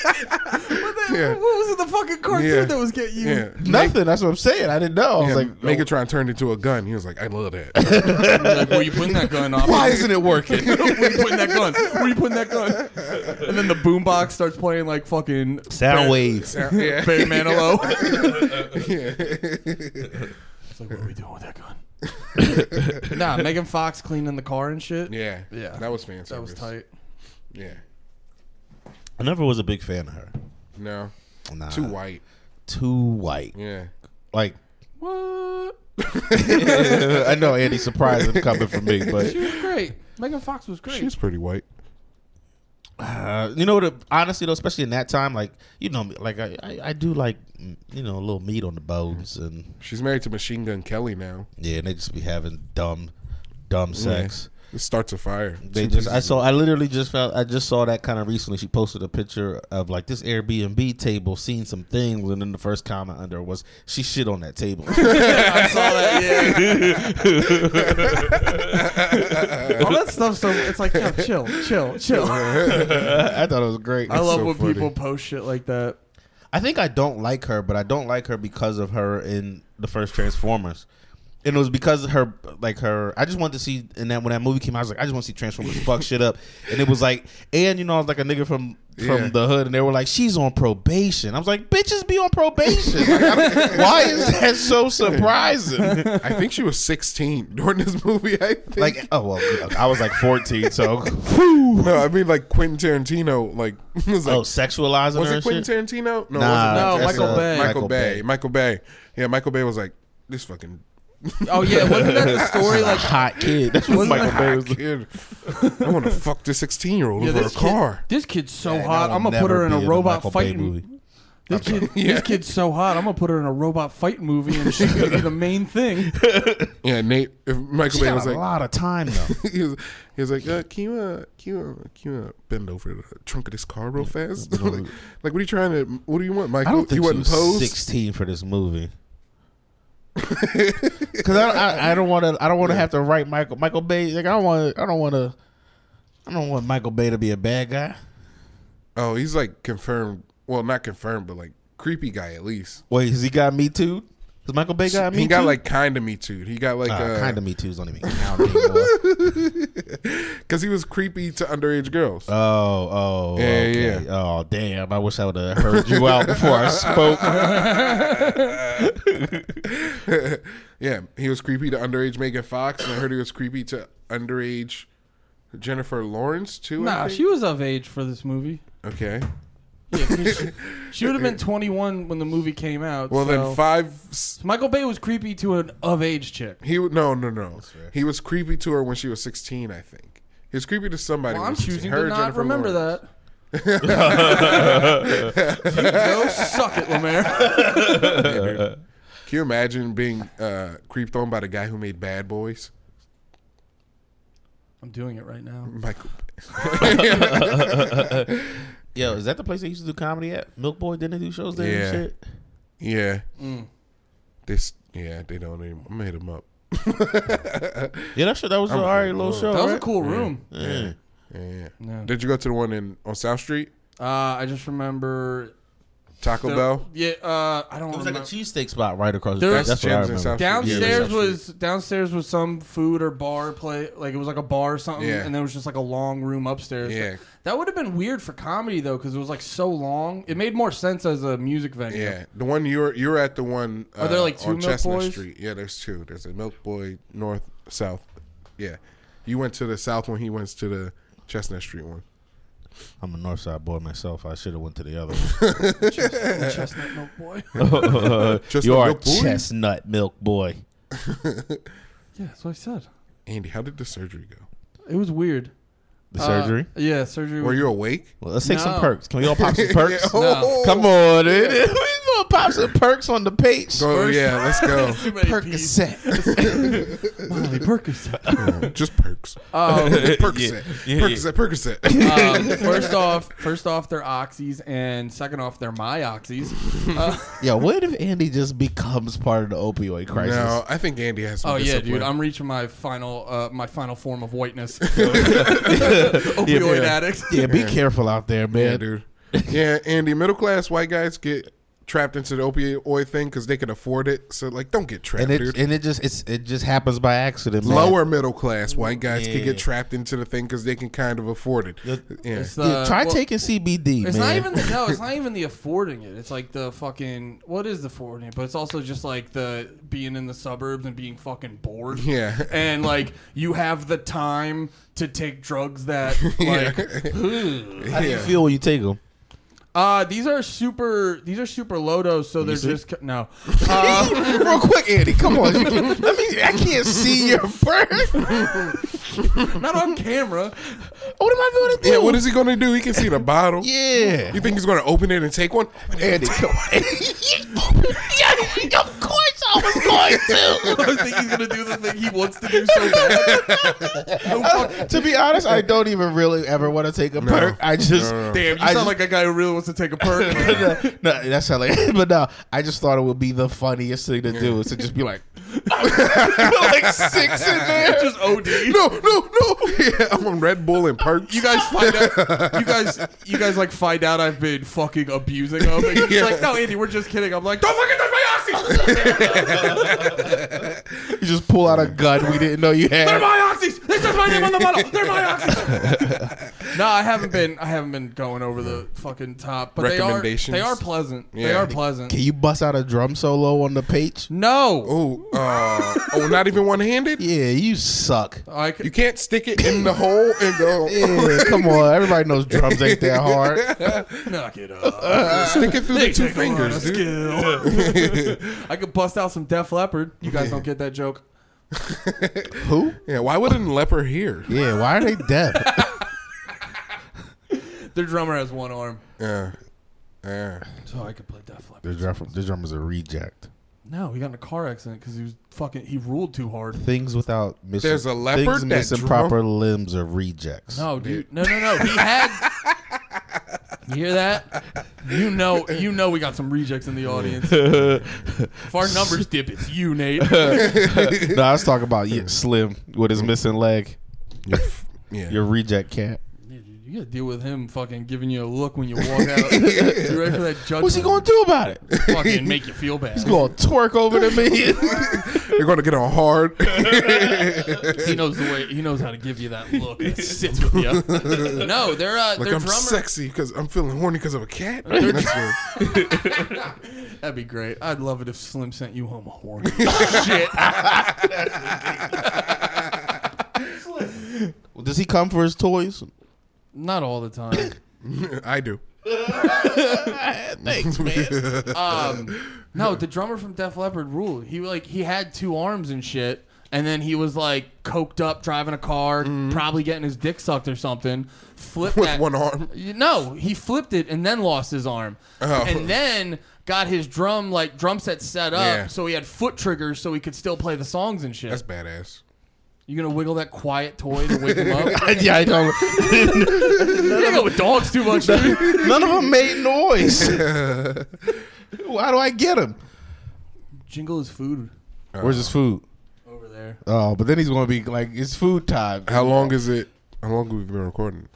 Speaker 1: yeah.
Speaker 3: what was it? The fucking cartoon
Speaker 1: Yeah.
Speaker 3: that was getting you.
Speaker 1: Yeah.
Speaker 2: Nothing. That's what I'm saying. I didn't know. I was
Speaker 1: Yeah,
Speaker 2: like, oh.
Speaker 1: Megatron turned into a gun. He was like, "I love that."
Speaker 3: Like, where you putting that gun off?
Speaker 2: why isn't it working?
Speaker 3: where you putting that gun? Where you putting that gun? And then the boombox starts playing like fucking
Speaker 2: Sound
Speaker 3: Barry-
Speaker 2: waves.
Speaker 1: yeah,
Speaker 3: Barry Manilow.
Speaker 1: yeah.
Speaker 3: it's like, what are we doing with that gun? nah, Megan Fox cleaning the car and shit.
Speaker 1: yeah,
Speaker 3: Yeah.
Speaker 1: That was fancy.
Speaker 3: That was tight.
Speaker 1: Yeah,
Speaker 2: I never was a big fan of her.
Speaker 1: no,
Speaker 2: Nah,
Speaker 1: too white.
Speaker 2: Too white.
Speaker 1: Yeah,
Speaker 2: Like
Speaker 3: What?
Speaker 2: I know Andy surprised it coming from me, but
Speaker 3: She was great. Megan Fox was great.
Speaker 1: she's pretty white.
Speaker 2: uh, you know what? Honestly, though, especially in that time, like you know, me, like I, I, I do like mm, you know a little meat on the bones, and
Speaker 1: She's married to Machine Gun Kelly now.
Speaker 2: yeah, and they just be having dumb, dumb sex.
Speaker 1: It starts a fire.
Speaker 2: They
Speaker 1: Two
Speaker 2: just
Speaker 1: pieces
Speaker 2: I saw I literally just found I just saw that kind of recently. She posted a picture of like this Airbnb table, seeing some things, and then the first comment under was she shit on that table.
Speaker 3: I saw that. Yeah. All that stuff. So it's like, yo, chill, chill, chill. I
Speaker 2: I thought it was great. I,
Speaker 3: love
Speaker 1: so
Speaker 3: when
Speaker 1: funny.
Speaker 3: people post shit like that.
Speaker 2: think I don't like her, but I don't like her because of her in the first Transformers. And it was because of her, like her. I just wanted to see, and then when that movie came out, I was like, I just want to see Transformers fuck shit up. And it was like, and you know, I was like a nigga from from
Speaker 1: Yeah.
Speaker 2: the hood, and they were like, she's on probation. I was like, bitches be on probation. Like, I don't- why is that so surprising?
Speaker 1: I think she was 16 during this movie. I think.
Speaker 2: like oh well i was like 14 so
Speaker 1: no, I mean like Quentin Tarantino. Like was, like,
Speaker 2: oh sexualizing
Speaker 1: was
Speaker 2: her
Speaker 1: it
Speaker 2: and
Speaker 1: Quentin
Speaker 2: shit?
Speaker 1: Tarantino? No, it wasn't
Speaker 2: Nah,
Speaker 3: No,
Speaker 1: That's,
Speaker 3: Michael
Speaker 1: uh,
Speaker 3: Bay.
Speaker 1: Michael
Speaker 2: Michael
Speaker 1: Bay.
Speaker 2: Bay.
Speaker 1: Michael Bay. Yeah, Michael Bay was like this fucking
Speaker 3: Oh yeah, wasn't that the story like?
Speaker 2: hot kid that's what
Speaker 3: Wasn't
Speaker 2: michael bay was
Speaker 1: kid. I want to fuck this 16 year old
Speaker 3: Yeah,
Speaker 1: over a
Speaker 3: this,
Speaker 1: car.
Speaker 3: Kid, this kid's so
Speaker 2: Man, I
Speaker 3: hot.
Speaker 2: will
Speaker 3: I'm gonna put her
Speaker 2: never
Speaker 3: in a
Speaker 2: be in a
Speaker 3: robot
Speaker 2: Michael Bay
Speaker 3: fighting
Speaker 2: movie.
Speaker 3: This kid, this kid's so hot. I'm gonna put her in a robot fighting movie, and she's gonna be the main thing.
Speaker 1: Yeah, Nate. If Michael Bay was
Speaker 2: a
Speaker 1: like,
Speaker 2: lot of time though
Speaker 1: he was, he was like, uh, can you, uh, can you, uh, can you uh, bend over the trunk of this car real fast? like, like, what are you trying to? What do you want,
Speaker 2: i
Speaker 1: Michael?
Speaker 2: don't think
Speaker 1: you
Speaker 2: she
Speaker 1: want
Speaker 2: was 16 for this movie because I, I, I don't want to i don't want to have to write michael michael bay like i don't want i don't want to i don't want michael bay to be a bad guy
Speaker 1: Oh, he's like confirmed. Well, not confirmed, but like creepy guy at least.
Speaker 2: wait has he got me too has michael bay got me
Speaker 1: he got
Speaker 2: too?
Speaker 1: like kind of me too. He got like uh,
Speaker 2: kind of me too's don't even count anymore
Speaker 1: because he was creepy to underage girls.
Speaker 2: Oh, oh,
Speaker 1: Yeah, yeah,
Speaker 2: okay. Oh, damn! I wish I would have heard you out before I spoke.
Speaker 1: yeah, he was creepy to underage Megan Fox, and I heard he was creepy to underage Jennifer Lawrence too. I
Speaker 3: Nah,
Speaker 1: think?
Speaker 3: she was of age for this movie.
Speaker 1: okay.
Speaker 3: Yeah, 'cause she, she would have been 21 when the movie came out.
Speaker 1: Well,
Speaker 3: so-
Speaker 1: then five
Speaker 3: Michael Bay was creepy to an of age chick.
Speaker 1: He w- no no no. He was creepy to her when she was sixteen, I think. He was creepy to somebody.
Speaker 3: Well,
Speaker 1: when
Speaker 3: I'm
Speaker 1: she was 16.
Speaker 3: choosing
Speaker 1: Her
Speaker 3: to
Speaker 1: or
Speaker 3: not
Speaker 1: Jennifer
Speaker 3: remember
Speaker 1: Lawrence.
Speaker 3: that. you go suck it, Lemaire.
Speaker 1: Can you imagine being uh, creeped on by the guy who made Bad Boys?
Speaker 3: I'm doing it right now.
Speaker 1: Michael. Bay.
Speaker 2: Yo, is that the place they used to do comedy at? Milk Boy didn't they do shows there
Speaker 1: Yeah.
Speaker 2: and shit.
Speaker 1: Yeah.
Speaker 3: Mm.
Speaker 1: This. Yeah, they don't even. I'm gonna hit them up.
Speaker 2: Yeah, that shit. That was an
Speaker 1: I'm-
Speaker 2: alright little show.
Speaker 3: That was a
Speaker 2: right?
Speaker 3: cool room.
Speaker 2: Yeah.
Speaker 1: Yeah.
Speaker 3: Yeah.
Speaker 1: Did you go to the one in on South Street?
Speaker 3: Uh, I just remember
Speaker 1: Taco
Speaker 3: the-
Speaker 1: Bell.
Speaker 3: Yeah, uh, I don't
Speaker 2: It was like
Speaker 3: remember.
Speaker 2: a cheesesteak spot right across.
Speaker 3: There
Speaker 2: the
Speaker 3: was-
Speaker 2: street. That's what
Speaker 1: Gyms and stuff.
Speaker 2: I remember.
Speaker 3: downstairs
Speaker 1: Yeah,
Speaker 3: was downstairs was some food or bar play like it was like a bar or something
Speaker 1: Yeah.
Speaker 3: and there was just like a long room upstairs
Speaker 1: Yeah.
Speaker 3: that would have been weird for comedy though because it was like so long it made more sense as a music venue
Speaker 1: Yeah, the one you're you're at the one. uh,
Speaker 3: Are there, like, two
Speaker 1: on
Speaker 3: Milk
Speaker 1: Chestnut
Speaker 3: Boys?
Speaker 1: Street? Yeah, there's two. There's a Milk Boy North South. Yeah, you went to the South one. He went to the Chestnut Street one.
Speaker 2: I'm a North Side boy myself. I should have went to the other
Speaker 3: chestnut milk boy yeah
Speaker 2: one.
Speaker 1: Just
Speaker 2: you
Speaker 1: a
Speaker 2: are a
Speaker 1: milk boy?
Speaker 2: chestnut milk boy.
Speaker 3: that's what i said
Speaker 1: Andy, how did the surgery go?
Speaker 3: it was weird
Speaker 2: The
Speaker 3: Uh,
Speaker 2: surgery.
Speaker 3: yeah surgery
Speaker 1: Were
Speaker 3: was,
Speaker 1: you awake?
Speaker 2: Well, let's take
Speaker 3: No.
Speaker 2: some perks. Can we all pop some perks?
Speaker 1: Yeah. Oh.
Speaker 3: No.
Speaker 2: Come on, dude. we gonna pop some perks on the page.
Speaker 1: Go, oh, yeah, let's go.
Speaker 3: Too many P's.
Speaker 2: Percocet.
Speaker 3: Molly Percocet.
Speaker 1: Yeah, Just perks.
Speaker 3: Um,
Speaker 1: Percocet.
Speaker 2: yeah, yeah.
Speaker 1: Percocet. Percocet.
Speaker 3: um, first off, first off, they're oxys, and second off, they're my oxys. Uh,
Speaker 2: Yo, what if Andy just becomes part of the opioid crisis?
Speaker 1: No, I think Andy has. Some
Speaker 3: oh yeah,
Speaker 1: discipline.
Speaker 3: dude, I'm reaching my final, uh, my final form of whiteness. Opioid
Speaker 2: Yeah.
Speaker 3: addicts.
Speaker 2: Yeah, be careful out there, man.
Speaker 1: Yeah, dude. Yeah, Andy. Middle class white guys get trapped into the opioid thing because they can afford it. So like, don't get trapped,
Speaker 2: And it
Speaker 1: dude.
Speaker 2: and it just it's it just happens by accident. man.
Speaker 1: Lower middle class white guys can
Speaker 2: Yeah.
Speaker 1: get trapped into the thing because they can kind of afford it. Yeah.
Speaker 3: It's
Speaker 2: Yeah,
Speaker 3: the-
Speaker 2: try
Speaker 3: uh, well,
Speaker 2: taking CBD.
Speaker 3: It's
Speaker 2: man.
Speaker 3: not even the, no. It's not even the affording it. It's like the fucking what is the affording it? But it's also just like the being in the suburbs and being fucking bored.
Speaker 1: Yeah.
Speaker 3: And like you have the time to take drugs that like. ugh.
Speaker 2: How do you
Speaker 1: Yeah.
Speaker 2: feel when you take them?
Speaker 3: Uh, these are super. These are super low dose, so they're
Speaker 2: see?
Speaker 3: just ca- no.
Speaker 2: Real quick, Andy, come on. You can- let me. I can't see your burn.
Speaker 3: Not on camera.
Speaker 2: What am I going to do?
Speaker 1: Yeah, what is he gonna do? He can see the bottle.
Speaker 2: Yeah.
Speaker 1: You think he's gonna open it and take one?
Speaker 2: Andy, come on. of course I was
Speaker 3: I think he's gonna do the thing he wants to do so bad. No fuck-
Speaker 2: to. to be honest, I don't even really ever want to take a perk. I just
Speaker 3: Damn, you
Speaker 2: I
Speaker 3: sound
Speaker 2: just-
Speaker 3: like a guy who really wants to take a perk.
Speaker 2: no, no, that's not like, but no, I just thought it would be the funniest thing to do is to just be like, like six in there.
Speaker 3: just OD.
Speaker 1: No, no, no. Yeah, I'm on Red Bull and perks.
Speaker 3: You guys find out. You guys, you guys like find out I've been fucking abusing him. And he's
Speaker 1: Yeah.
Speaker 3: like, no, Andy, we're just kidding. I'm like, don't fucking touch my oxys.
Speaker 2: You just pull out a gun we didn't know you
Speaker 3: They're
Speaker 2: had.
Speaker 3: my oxys. This is my name on the bottle. They're my oxys. no, I haven't been. I haven't been going over the fucking top. But they are.
Speaker 1: Recommendations?
Speaker 3: They are pleasant. They
Speaker 1: Yeah.
Speaker 3: are pleasant.
Speaker 2: Can you bust out a drum solo on the page?
Speaker 3: No,
Speaker 1: Oh, uh, oh, not even one-handed.
Speaker 2: Yeah, you suck.
Speaker 3: I c-
Speaker 1: You can't stick it in the hole and go.
Speaker 2: Yeah, come on, everybody knows drums ain't that hard.
Speaker 3: knock it off.
Speaker 1: stick it through the
Speaker 3: They
Speaker 1: two
Speaker 3: take a lot of
Speaker 1: fingers, dude.
Speaker 3: skill. I could bust out some Def Leppard. You guys don't get that joke.
Speaker 2: Who?
Speaker 1: Yeah, why wouldn't leper hear?
Speaker 2: Yeah, why are they deaf?
Speaker 3: Their drummer has one arm,
Speaker 1: Yeah, yeah.
Speaker 3: so I could play Def Leppard.
Speaker 2: the drum, the drummer's a reject.
Speaker 3: No, he got in a car accident because he was fucking. He ruled too hard.
Speaker 2: Things without missing,
Speaker 1: There's a leopard
Speaker 2: things
Speaker 1: that
Speaker 2: missing
Speaker 1: drum-
Speaker 2: proper limbs are rejects.
Speaker 3: No, dude. No, no, no. He had. You hear that? You know, you know, we got some rejects in the audience. if our numbers dip, it's you, Nate.
Speaker 2: no, I was talking about yeah, Slim with his missing leg.
Speaker 1: You're f- yeah.
Speaker 2: Your reject cat.
Speaker 3: You gotta deal with him fucking giving you a look when you walk out. you ready for that judgment?
Speaker 2: What's he gonna do about it? He's
Speaker 3: to fucking make you feel bad?
Speaker 2: gonna twerk over to me.
Speaker 1: You're gonna get on hard.
Speaker 3: He knows the way. He knows how to give you that look that sits with you. no, they're uh,
Speaker 1: like
Speaker 3: their
Speaker 1: I'm
Speaker 3: drummer.
Speaker 1: sexy because I'm feeling horny because of a cat. That's weird.
Speaker 3: That'd be great. I'd love it if Slim sent you home horny. Shit.
Speaker 2: Does he come for his toys?
Speaker 3: Not all the time.
Speaker 1: I do.
Speaker 2: Thanks, man.
Speaker 3: Um, no, the drummer from Def Leppard ruled. He like he had two arms and shit, and then he was like coked up, driving a car, probably getting his dick sucked or something. Flipped
Speaker 1: With
Speaker 3: that-
Speaker 1: one arm.
Speaker 3: You- No, he flipped it and then lost his arm,
Speaker 1: Oh.
Speaker 3: and then got his drum like drum set set up
Speaker 1: Yeah.
Speaker 3: so he had foot triggers so he could still play the songs and shit.
Speaker 1: That's badass.
Speaker 3: you gonna wiggle that quiet toy to wake him up?
Speaker 2: yeah, I don't.
Speaker 3: you hang out with dogs too much, dude.
Speaker 2: None of them made noise. It How do I get him?
Speaker 3: Jingle is food
Speaker 2: Where's his food?
Speaker 3: over there.
Speaker 2: Oh, but then he's gonna be like, it's food time.
Speaker 1: How long is it? How long have we been recording?